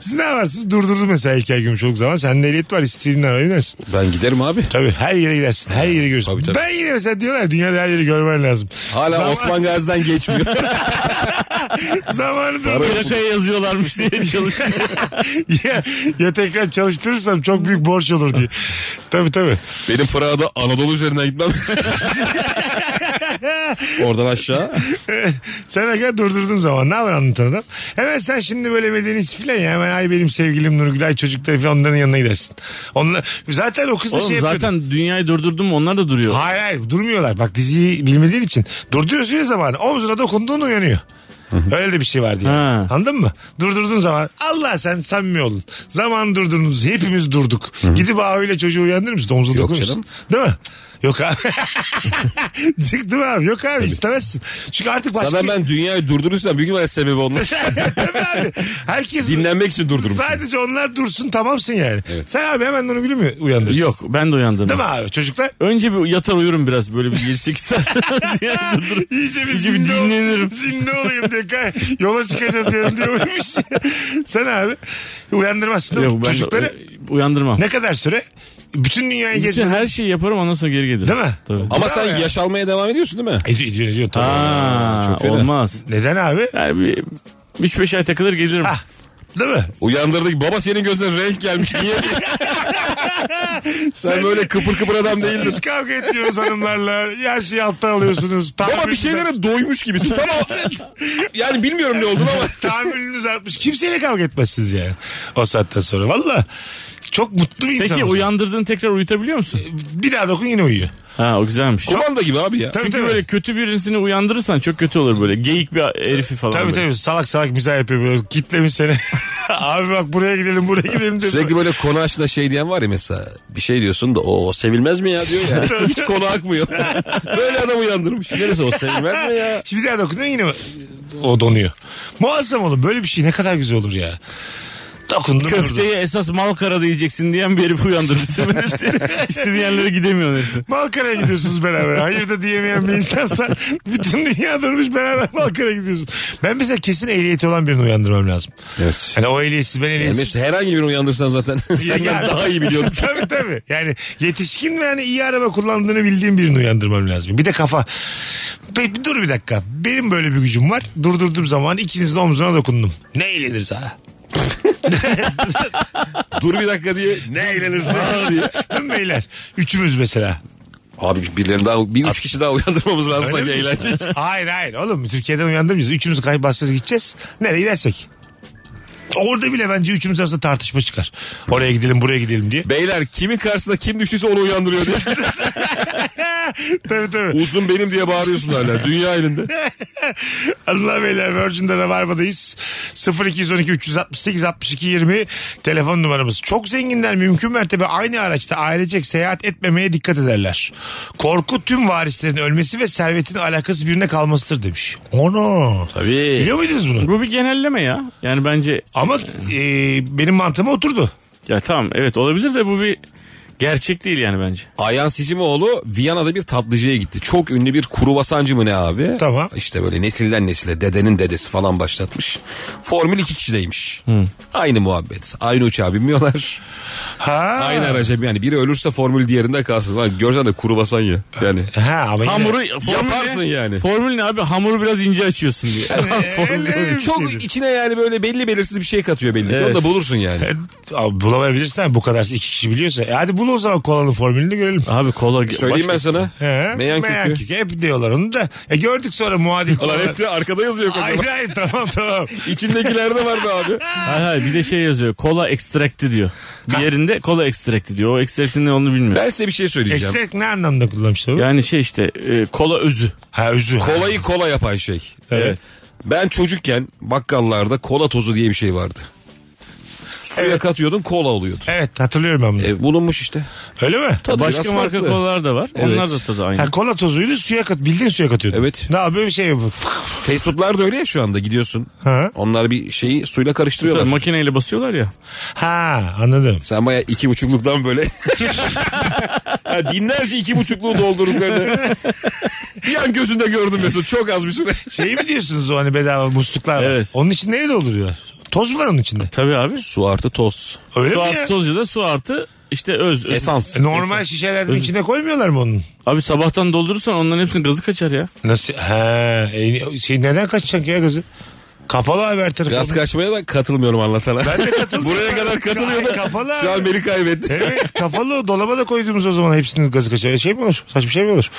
Speaker 3: Siz ne yaparsınız? Durdurdum mesela İlker Gümüşoluk zaman. Sen ehliyet var istediğin araya gidersin.
Speaker 4: Ben giderim abi.
Speaker 3: Tabii her yere gidersin. Her yeri görürsün.
Speaker 4: Tabii, tabii.
Speaker 3: Ben yine mesela diyorlar dünyada her yeri görmen lazım.
Speaker 4: Hala Osman Gazi'den geçmiyor.
Speaker 3: Zamanı durdur.
Speaker 5: Plakaya yazıyorlarmış diye çalışıyor.
Speaker 3: ya, ya tekrar çalıştırırsam çok büyük borç olur diye. Tabii tabii.
Speaker 4: Benim Pırak'a da Anadolu üzerinden gitmem. Oradan aşağı.
Speaker 3: sen aga durdurdun zaman ne haber anlatan adam. Hemen sen şimdi böyle medenisi filan ya hemen ay benim sevgilim Nurgül ay çocukları filan onların yanına gidersin. Onlar, zaten o kız da şey
Speaker 5: Oğlum
Speaker 3: yapıyordu.
Speaker 5: zaten dünyayı durdurdum mu onlar da duruyor.
Speaker 3: Hayır hayır durmuyorlar. Bak diziyi bilmediğin için. Durduruyorsun ya zamanı. Omzuna dokunduğun uyanıyor. Öyle de bir şey vardı yani.
Speaker 5: Ha.
Speaker 3: Anladın mı? Durdurduğun zaman Allah sen samimi olun. Zaman durdurdunuz. Hepimiz durduk. Gidip ağabeyyle çocuğu uyandırır mısın? Omzuna
Speaker 4: Yok
Speaker 3: dokunur musun?
Speaker 4: canım.
Speaker 3: Değil mi? Yok abi. Çıktı mı abi? Yok abi istemezsin. Çünkü artık başka...
Speaker 4: Zaten ben dünyayı durdurursam büyük ihtimalle sebebi onlar.
Speaker 3: Tabii abi. Herkes...
Speaker 4: Dinlenmek için durdurmuşum.
Speaker 3: Sadece onlar dursun tamamsın yani. Sen abi hemen Nurgül'ü mü uyandırırsın?
Speaker 5: Yok ben de uyandım.
Speaker 3: Değil mi abi çocuklar?
Speaker 5: Önce bir yatar uyurum biraz böyle bir 7-8 saat. Diğer durdurup-
Speaker 3: İyice bir,
Speaker 5: İyice bir
Speaker 3: zinde ol-
Speaker 5: dinlenirim.
Speaker 3: zinde olayım diye. kay- Yola çıkacağız yarın diyormuş. Sen abi uyandırmazsın değil mi?
Speaker 5: Yok, ben de-
Speaker 3: Çocukları
Speaker 5: e, uyandırmam.
Speaker 3: ne kadar süre? Bütün dünyayı
Speaker 5: Bütün
Speaker 3: gezdim.
Speaker 5: her şeyi yaparım ondan sonra geri gelirim.
Speaker 3: Değil mi?
Speaker 5: Tabii.
Speaker 4: Ama
Speaker 3: Bravo ya.
Speaker 4: sen yaşalmaya devam ediyorsun değil mi?
Speaker 3: Ediyor ediyor ediyor. Tamam.
Speaker 5: Aa,
Speaker 4: Çok fena.
Speaker 5: olmaz.
Speaker 3: Neden abi?
Speaker 5: Yani bir 3-5 ay takılır gelirim.
Speaker 3: Ah. Değil mi?
Speaker 4: Uyandırdık. Baba senin gözlerine renk gelmiş. Niye? sen böyle kıpır kıpır adam değildin.
Speaker 3: Hiç kavga etmiyoruz hanımlarla. Her şeyi alttan alıyorsunuz.
Speaker 4: Baba bir
Speaker 3: Tahammülünüz-
Speaker 4: şeylere doymuş gibisin. Tamam. Yani bilmiyorum ne olduğunu ama.
Speaker 3: Tahammülünüz artmış. Kimseyle kavga etmezsiniz yani. O saatten sonra. Valla. Çok mutlu bir
Speaker 5: Peki
Speaker 3: insanım.
Speaker 5: uyandırdığın tekrar uyutabiliyor musun?
Speaker 3: Bir daha dokun yine uyuyor.
Speaker 5: Ha o güzelmiş.
Speaker 4: Kumanda gibi abi ya.
Speaker 3: Tabii
Speaker 5: Çünkü
Speaker 3: tabii.
Speaker 5: böyle kötü birisini uyandırırsan çok kötü olur böyle. Geyik bir herifi falan.
Speaker 3: Tabii
Speaker 5: böyle.
Speaker 3: tabii salak salak mizah yapıyor böyle. Kitlemiş seni. Abi bak buraya gidelim buraya gidelim diyor.
Speaker 4: Sürekli böyle konaşla şey diyen var ya mesela. Bir şey diyorsun da o sevilmez mi ya diyor ya. Hiç konu akmıyor. böyle adam uyandırmış. Neresi o sevilmez mi ya?
Speaker 3: Şimdi bir daha dokunuyor yine o donuyor. Muazzam oğlum böyle bir şey ne kadar güzel olur ya. Dokundum durdum.
Speaker 5: Köfteye esas mal kara diyeceksin diyen bir herifi uyandırırsın. Böyle se- İstediğin yerlere gidemiyorsun herifi.
Speaker 3: Malkara'ya gidiyorsunuz beraber. Hayır da diyemeyen bir insansan bütün dünya durmuş beraber Malkara'ya gidiyorsun. Ben mesela kesin ehliyeti olan birini uyandırmam lazım.
Speaker 4: Evet.
Speaker 3: Hani o ehliyetsiz ben
Speaker 4: Yani
Speaker 3: ehliyetsiz.
Speaker 4: E, Mesut herhangi birini uyandırsan zaten senden
Speaker 3: ya.
Speaker 4: daha iyi biliyordum.
Speaker 3: tabii tabii. Yani yetişkin ve hani iyi araba kullandığını bildiğim birini uyandırmam lazım. Bir de kafa. Be- bir dur bir dakika. Benim böyle bir gücüm var. Durdurduğum zaman ikinizin omzuna dokundum. Ne eğleniriz ha?
Speaker 4: Dur bir dakika diye ne eğlenirsin diye.
Speaker 3: Değil mi beyler? Üçümüz mesela.
Speaker 4: Abi birilerini daha bir üç kişi daha uyandırmamız lazım
Speaker 3: Öyle
Speaker 4: sanki
Speaker 3: mi?
Speaker 4: eğlence için.
Speaker 3: Hayır hayır oğlum Türkiye'den uyandırmayacağız. Üçümüz kaybarsız gideceğiz. Nereye gidersek. Orada bile bence üçümüz arasında tartışma çıkar. Oraya gidelim buraya gidelim diye.
Speaker 4: Beyler kimin karşısına kim düştüyse onu uyandırıyor diye.
Speaker 3: tabii tabii.
Speaker 4: Uzun benim diye bağırıyorsun hala. Dünya elinde.
Speaker 3: Allah beyler Virgin'de Rabarba'dayız. 0212 368 62 20 telefon numaramız. Çok zenginler mümkün mertebe aynı araçta ailecek seyahat etmemeye dikkat ederler. Korku tüm varislerin ölmesi ve servetin alakası birine kalmasıdır demiş. Ono.
Speaker 4: Tabii.
Speaker 3: Biliyor muydunuz bunu?
Speaker 5: Bu bir genelleme ya. Yani bence
Speaker 3: Ama e, benim mantığıma oturdu.
Speaker 5: ya tamam evet olabilir de bu bir gerçek değil yani bence.
Speaker 4: Ayhan Sicimoğlu Viyana'da bir tatlıcıya gitti. Çok ünlü bir kruvasancı mı ne abi?
Speaker 3: Tamam.
Speaker 4: İşte böyle nesilden nesile dedenin dedesi falan başlatmış. Formül iki kişideymiş. Aynı muhabbet. Aynı uçağa binmiyorlar.
Speaker 3: Ha.
Speaker 4: Aynı araca bin- yani biri ölürse formül diğerinde kalsın. Lan görsen de kruvasan ya. Yani.
Speaker 3: Ha ama yine-
Speaker 5: Hamuru formül
Speaker 4: Yaparsın
Speaker 5: ne?
Speaker 4: yani.
Speaker 5: Formül ne abi? Hamuru biraz ince açıyorsun diye.
Speaker 3: Öyle
Speaker 5: formül
Speaker 3: bir
Speaker 4: Çok
Speaker 3: şeydir.
Speaker 4: içine yani böyle belli belirsiz bir şey katıyor belli. ki.
Speaker 5: Evet.
Speaker 4: Onu da bulursun yani.
Speaker 3: E, abi bulamayabilirsen bu kadar iki kişi biliyorsa. E hadi bul o zaman kolanın formülünü görelim.
Speaker 5: Abi kola
Speaker 4: Söyleyeyim ben
Speaker 5: başka-
Speaker 4: sana.
Speaker 3: He,
Speaker 4: Meyan kökü.
Speaker 3: kökü. Hep diyorlar onu da. E gördük sonra muadil.
Speaker 4: Ulan
Speaker 3: kolan.
Speaker 4: hep de arkada yazıyor kocaman.
Speaker 3: Hayır hayır tamam tamam.
Speaker 4: İçindekiler de var be abi.
Speaker 5: Hayır hayır bir de şey yazıyor. Kola ekstrakti diyor. Bir yerinde kola ekstrakti diyor. O ekstraktin ne olduğunu bilmiyorum.
Speaker 4: Ben size bir şey söyleyeceğim.
Speaker 3: Ekstrak ne anlamda kullanmışlar? bu?
Speaker 5: Yani şey işte e, kola özü.
Speaker 3: Ha özü.
Speaker 4: Kolayı kola yapan şey.
Speaker 3: Evet.
Speaker 4: Ben çocukken bakkallarda kola tozu diye bir şey vardı. Suya
Speaker 3: Evet.
Speaker 4: katıyordun kola oluyordu.
Speaker 3: Evet hatırlıyorum ben bunu.
Speaker 4: E, bulunmuş işte.
Speaker 3: Öyle mi?
Speaker 4: Tadı
Speaker 5: Başka
Speaker 4: biraz
Speaker 5: marka
Speaker 4: farklı.
Speaker 5: kolalar da var.
Speaker 4: Evet.
Speaker 5: Onlar da tadı aynı.
Speaker 3: Ha, kola tozuydu suya kat bildiğin suya katıyordun.
Speaker 4: Evet.
Speaker 3: Ne yapıyor bir şey yapıyor.
Speaker 4: Fast foodlar da öyle ya şu anda gidiyorsun.
Speaker 3: Ha.
Speaker 4: Onlar bir şeyi suyla karıştırıyorlar.
Speaker 5: Tabii makineyle basıyorlar ya.
Speaker 3: Ha anladım.
Speaker 4: Sen baya iki buçukluktan böyle Ha, binlerce iki buçukluğu doldurduklarını bir an gözünde gördüm Mesut çok az bir süre.
Speaker 3: Şey mi diyorsunuz o hani bedava musluklar var.
Speaker 5: Evet.
Speaker 3: Onun için neyi dolduruyorlar? Toz mu var onun içinde?
Speaker 5: Tabii abi.
Speaker 4: Su artı toz.
Speaker 3: Öyle
Speaker 5: Su
Speaker 3: mi ya? E,
Speaker 5: artı toz ya da su artı işte öz. öz.
Speaker 4: Esans.
Speaker 3: Normal şişelerin içine koymuyorlar mı onun?
Speaker 5: Abi sabahtan doldurursan onların hepsinin gazı kaçar ya.
Speaker 3: Nasıl? Ha, e, şey neden kaçacaksın ya kızı? Kapalı abi her tarafı.
Speaker 4: Gaz kaçmaya da katılmıyorum anlatana.
Speaker 3: Ben de katılmıyorum.
Speaker 4: Buraya kadar katılıyordum.
Speaker 3: Ay, kapalı
Speaker 4: Şu
Speaker 3: abi.
Speaker 4: an beni kaybetti.
Speaker 3: Evet kapalı o dolaba da koyduğumuz o zaman hepsinin gazı kaçar. E, Şey mi olur? Saçma şey mi olur?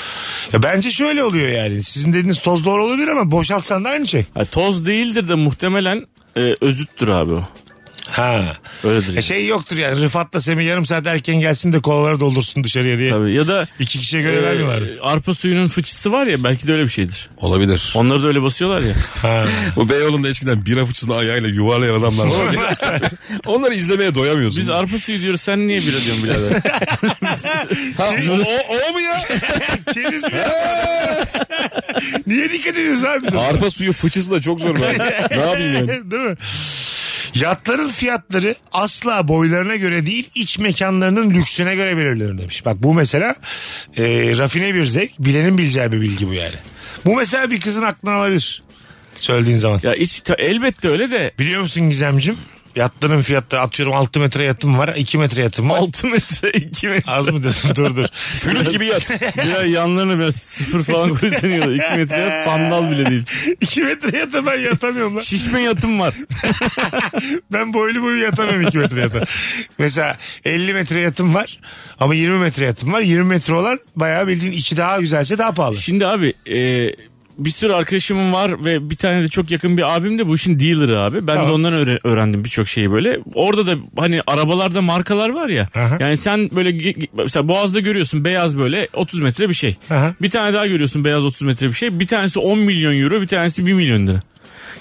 Speaker 3: Ya bence şöyle oluyor yani. Sizin dediğiniz toz doğru olabilir ama boşaltsan da aynı şey.
Speaker 5: Ha, toz değildir de muhtemelen e, özüttür abi o.
Speaker 3: Ha.
Speaker 5: Öyledir.
Speaker 3: E
Speaker 5: yani.
Speaker 3: şey yoktur yani Rıfat'la Semih yarım saat erken gelsin de kolaları doldursun dışarıya diye.
Speaker 5: Tabii. Ya da
Speaker 3: İki kişiye göre
Speaker 5: e,
Speaker 3: vermiyorlar.
Speaker 5: arpa suyunun fıçısı var ya belki de öyle bir şeydir.
Speaker 4: Olabilir.
Speaker 5: Onları da öyle basıyorlar ya.
Speaker 3: Ha.
Speaker 4: Bu Beyoğlu'nda eskiden bira fıçısını ayağıyla yuvarlayan adamlar var. Onları izlemeye doyamıyorsun.
Speaker 5: Biz arpa suyu diyoruz sen niye bira diyorsun birader?
Speaker 4: Ha, o, o- o mu ya?
Speaker 3: Keriz mi? Niye dikkat ediyorsun abi? biz ona?
Speaker 4: Arpa suyu fıçısı da çok zor. Ben. ne yapayım yani?
Speaker 3: Değil mi? Yatların fiyatları asla boylarına göre değil iç mekanlarının lüksüne göre belirlenir demiş. Bak bu mesela e, rafine bir zevk bilenin bileceği bir bilgi bu yani. Bu mesela bir kızın aklına alabilir söylediğin zaman.
Speaker 5: ya iç, ta- elbette öyle de
Speaker 3: Biliyor musun Gizemcim yatların fiyatları atıyorum 6 metre yatım var 2 metre yatım var.
Speaker 5: 6 metre 2 metre.
Speaker 3: Az mı dedim dur dur.
Speaker 5: Flüt gibi yat. ya yanlarına biraz sıfır falan koyuyorlar. 2 metre yat sandal bile değil.
Speaker 3: 2 metre yata ben yatamıyorum lan.
Speaker 5: Şişme yatım var.
Speaker 3: Ben boylu boyu yatamıyorum 2 metre yata. Mesela 50 metre yatım var ama 20 metre yatım var. 20 metre olan bayağı bildiğin içi daha güzelse daha pahalı.
Speaker 5: Şimdi abi e, bir sürü arkadaşımın var ve bir tane de çok yakın bir abim de bu işin dealer'ı abi. Ben
Speaker 3: Tamam.
Speaker 5: de ondan öğre- öğrendim birçok şeyi böyle. Orada da hani arabalarda markalar var ya.
Speaker 3: Aha.
Speaker 5: Yani sen böyle ge- ge- mesela Boğaz'da görüyorsun beyaz böyle 30 metre bir şey.
Speaker 3: Aha.
Speaker 5: Bir tane daha görüyorsun beyaz 30 metre bir şey. Bir tanesi 10 milyon euro bir tanesi 1 milyon lira.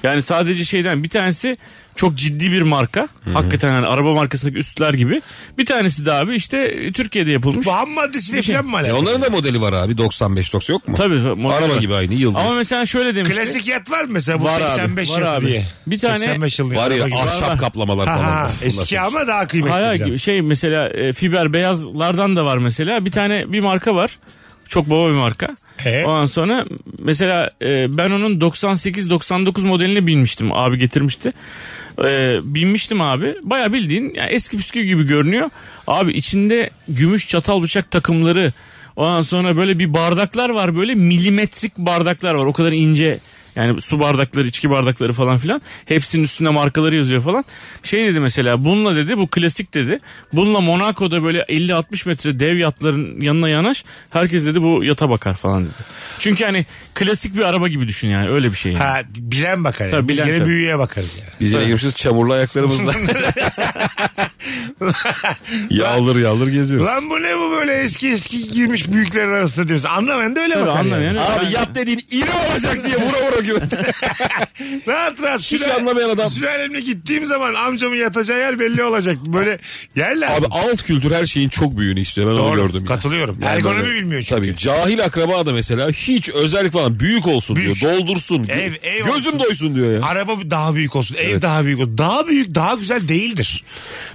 Speaker 5: Yani sadece şeyden bir tanesi çok ciddi bir marka. Hakikaten hani araba markasındaki üstler gibi. Bir tanesi de abi işte e, Türkiye'de yapılmış.
Speaker 3: Bu ham maddesiyle falan mı
Speaker 4: E
Speaker 3: alakalı?
Speaker 4: onların da modeli var abi. 95-90 yok mu?
Speaker 5: Tabii. model
Speaker 4: Araba
Speaker 5: var.
Speaker 4: gibi aynı yıl.
Speaker 5: Ama mesela şöyle demişti.
Speaker 3: Klasik yat var mı mesela bu
Speaker 5: Var abi,
Speaker 3: 85
Speaker 5: var
Speaker 3: yatı
Speaker 5: abi.
Speaker 3: diye?
Speaker 5: Bir tane-
Speaker 3: 85 yıllık
Speaker 4: Var ya
Speaker 3: araba gibi.
Speaker 4: ahşap kaplamalar
Speaker 3: Ha,
Speaker 4: falan.
Speaker 3: ha,
Speaker 4: Bunlar
Speaker 3: eski
Speaker 4: çok-
Speaker 3: ama daha kıymetli.
Speaker 5: Hayır,
Speaker 3: bir
Speaker 5: hayır, şey mesela e, fiber beyazlardan da var mesela. Bir tane bir marka var. Çok baba bir marka.
Speaker 3: He.
Speaker 5: Ondan sonra mesela e, ben onun 98-99 modeline binmiştim. Abi getirmişti. E, binmiştim abi. Baya bildiğin yani eski püskü gibi görünüyor. Abi içinde gümüş çatal bıçak takımları. Ondan sonra böyle bir bardaklar var böyle milimetrik bardaklar var. O kadar ince Yani su bardakları, içki bardakları falan filan. Hepsinin üstünde markaları yazıyor falan. Şey dedi mesela bununla dedi bu klasik dedi. Bununla Monaco'da böyle 50-60 metre dev yatların yanına yanaş. Herkes dedi bu yata bakar falan dedi. Çünkü hani klasik bir araba gibi düşün yani öyle bir şey. yani.
Speaker 3: Ha bilen bakar. Yani.
Speaker 5: Tabii,
Speaker 3: Biz
Speaker 5: bilen
Speaker 3: gene
Speaker 5: tabii.
Speaker 3: büyüğe bakarız yani.
Speaker 4: Biz yine girmişiz çamurlu ayaklarımızla. yağlır yağlır geziyoruz.
Speaker 3: Lan bu ne bu böyle eski eski girmiş büyüklerin arasında diyoruz. Anlamayan da öyle
Speaker 5: Tabii,
Speaker 3: bakar
Speaker 5: anlamayan
Speaker 3: yani.
Speaker 5: öyle.
Speaker 4: Abi yat dediğin iri olacak diye vura vura güven.
Speaker 3: Rahat rahat.
Speaker 4: Hiç anlamayan adam.
Speaker 3: Sülalemle gittiğim zaman amcamın yatacağı yer belli olacak. Böyle yerler.
Speaker 4: Abi alt kültür her şeyin çok büyüğünü istiyor. Ben onu
Speaker 3: Doğru,
Speaker 4: gördüm. ya.
Speaker 3: katılıyorum. Ergonomi bilmiyor çünkü.
Speaker 4: Tabii. Cahil akraba da mesela hiç özellik falan büyük olsun
Speaker 3: Büyük.
Speaker 4: diyor. Doldursun.
Speaker 3: Ev- ev
Speaker 4: Gözüm
Speaker 3: olsun.
Speaker 4: doysun diyor ya.
Speaker 3: Araba daha büyük olsun, ev daha büyük olsun. Daha büyük daha güzel değildir.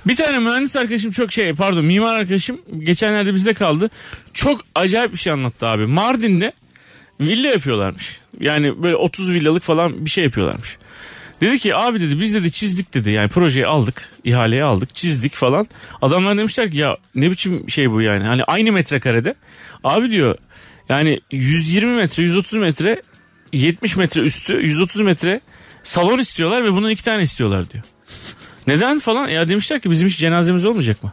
Speaker 5: Bir tane mühendis arkadaşım çok şey pardon mimar arkadaşım geçenlerde bizde kaldı. Çok acayip bir şey anlattı abi. Mardin'de villa yapıyorlarmış. Yani böyle 30 villalık falan bir şey yapıyorlarmış. Dedi ki abi dedi biz dedi çizdik dedi yani projeyi aldık ihaleyi aldık çizdik falan. Adamlar demişler ki ya ne biçim şey bu yani hani aynı metrekarede. Abi diyor yani 120 metre 130 metre 70 metre üstü 130 metre salon istiyorlar ve bunun iki tane istiyorlar diyor. Neden falan? Ya demişler ki bizim hiç cenazemiz olmayacak mı?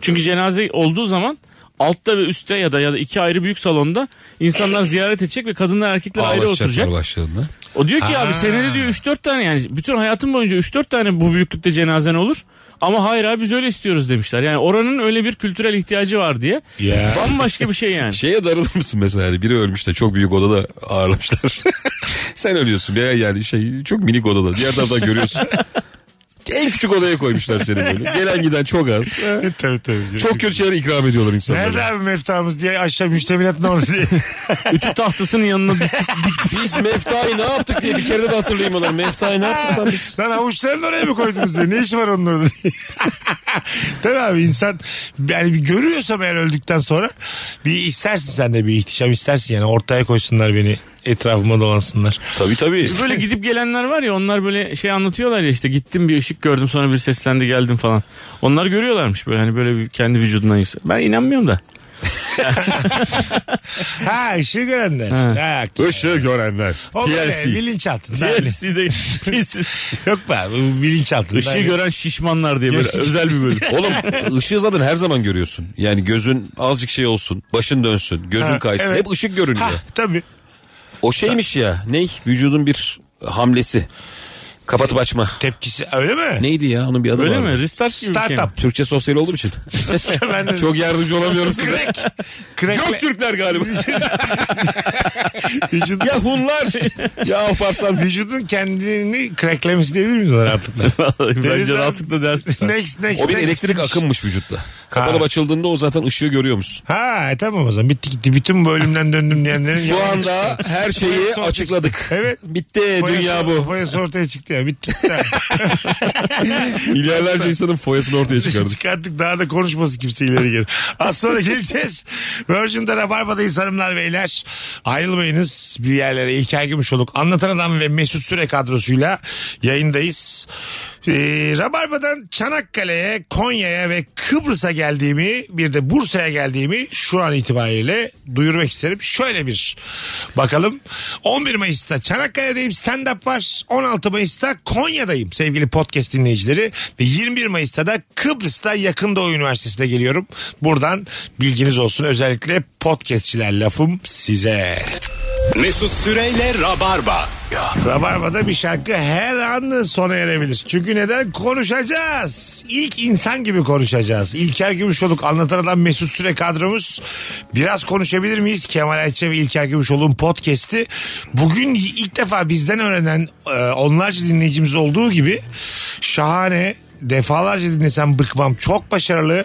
Speaker 5: Çünkü cenaze olduğu zaman altta ve üstte ya da ya da iki ayrı büyük salonda insanlar ziyaret edecek ve kadınlar erkekler ayrı oturacak.
Speaker 4: Ağlaşacaklar başlarında.
Speaker 5: O diyor ki
Speaker 3: Ha.
Speaker 5: abi senede diyor 3-4 tane yani bütün hayatım boyunca 3-4 tane bu büyüklükte cenazen olur. Ama hayır abi biz öyle istiyoruz demişler. Yani oranın öyle bir kültürel ihtiyacı var diye.
Speaker 3: Ya.
Speaker 5: Bambaşka bir şey yani.
Speaker 4: Şeye darılır mısın mesela hani biri ölmüş de çok büyük odada ağırlamışlar. Sen ölüyorsun veya yani şey çok minik odada diğer taraftan görüyorsun. en küçük odaya koymuşlar seni böyle. Gelen giden çok az.
Speaker 3: tabii tabii.
Speaker 4: Çok kötü şeyler ikram ediyorlar insanlara.
Speaker 3: Nerede abi meftamız diye aşağı müştemilatın orada diye.
Speaker 5: Ütü tahtasının yanına dik-
Speaker 4: Biz Mefta'yı ne yaptık diye bir kere de hatırlayayım onları. Mefta'yı ne yaptık lan biz?
Speaker 3: Lan avuçlarını oraya mı koydunuz diye. Ne işi var onun orada diye. Tabii abi insan yani bir görüyorsam eğer öldükten sonra bir istersin sen de bir ihtişam istersin yani ortaya koysunlar beni etrafıma dolansınlar.
Speaker 4: Tabii tabii.
Speaker 5: böyle gidip gelenler var ya onlar böyle şey anlatıyorlar ya işte gittim bir ışık gördüm sonra bir seslendi geldim falan. Onlar görüyorlarmış böyle hani böyle bir kendi vücudundan yüksel. Ben inanmıyorum da.
Speaker 3: Ha işi görenler. Ha.
Speaker 4: Işığı görenler.
Speaker 3: O böyle
Speaker 4: TLC.
Speaker 3: bilinçaltında. hani.
Speaker 5: Diğerisi de
Speaker 3: Yok be abi bu bilinçaltında.
Speaker 5: Işığı
Speaker 3: hani.
Speaker 5: gören şişmanlar diye böyle özel bir bölüm.
Speaker 4: Oğlum ışığı zaten her zaman görüyorsun. Yani gözün azıcık şey olsun. Başın dönsün. Gözün
Speaker 3: Ha,
Speaker 4: kaysın.
Speaker 3: evet.
Speaker 4: Hep ışık görünüyor.
Speaker 3: Ha tabii.
Speaker 4: O şeymiş ya. Ney? Vücudun bir hamlesi. Kapatıp açma.
Speaker 3: Tepkisi öyle mi?
Speaker 4: Neydi ya? Onun bir adı
Speaker 5: Öyle
Speaker 4: vardı.
Speaker 5: mi? Restart gibi bir şey mi?
Speaker 3: Startup.
Speaker 4: Türkçe sosyal olduğum için.
Speaker 3: ben de-
Speaker 4: Çok yardımcı olamıyorum size.
Speaker 3: Crack. Crack.
Speaker 4: Türkler galiba.
Speaker 3: Vücudun,
Speaker 4: ya Hunlar. ya Alparslan.
Speaker 3: vücudun kendini cracklemesi diyebilir miyiz ona rahatlıkla?
Speaker 5: Bence rahatlıkla dersin.
Speaker 3: Next, next,
Speaker 4: O bir
Speaker 3: next.
Speaker 4: elektrik akınmış vücutta. Kapanıp
Speaker 3: Ha.
Speaker 4: açıldığında o zaten ışığı görüyormuş.
Speaker 3: Ha e, tamam o zaman bitti gitti. Bütün bu bölümden döndüm diyenlerin.
Speaker 4: Şu
Speaker 3: yalan-
Speaker 4: anda her şeyi
Speaker 3: Sonuç-
Speaker 4: açıkladık.
Speaker 3: Evet.
Speaker 4: Bitti
Speaker 3: Foyası-
Speaker 4: dünya bu.
Speaker 3: Foyası ortaya çıktı ya bitti.
Speaker 4: Milyarlarca insanın foyasını ortaya çıkardık.
Speaker 3: Çıkarttık daha da konuşması kimse ileri geri. Az sonra geleceğiz. Virgin'de Rabarba'dayız hanımlar beyler. Ayrılmayınız bir yerlere. İlker Gümüşoluk anlatan adam ve Mesut Süre kadrosuyla yayındayız. Ee, Rabarba'dan Çanakkale'ye, Konya'ya ve Kıbrıs'a geldiğimi bir de Bursa'ya geldiğimi şu an itibariyle duyurmak isterim. Şöyle bir bakalım. 11 Mayıs'ta Çanakkale'deyim stand-up var. 16 Mayıs'ta Konya'dayım sevgili podcast dinleyicileri. Ve 21 Mayıs'ta da Kıbrıs'ta Yakın Doğu Üniversitesi'ne geliyorum. Buradan bilginiz olsun özellikle podcastçiler lafım size.
Speaker 2: Mesut Süreyle Rabarba.
Speaker 3: Rabarba'da bir şarkı her an sona erebilir. Çünkü neden? Konuşacağız. İlk insan gibi konuşacağız. İlker Gümüşoluk anlatan adam Mesut Süre kadromuz. Biraz konuşabilir miyiz? Kemal Ayça ve İlker Gümüşoluk'un podcast'i. Bugün ilk defa bizden öğrenen e, onlarca dinleyicimiz olduğu gibi şahane defalarca dinlesem bıkmam. Çok başarılı.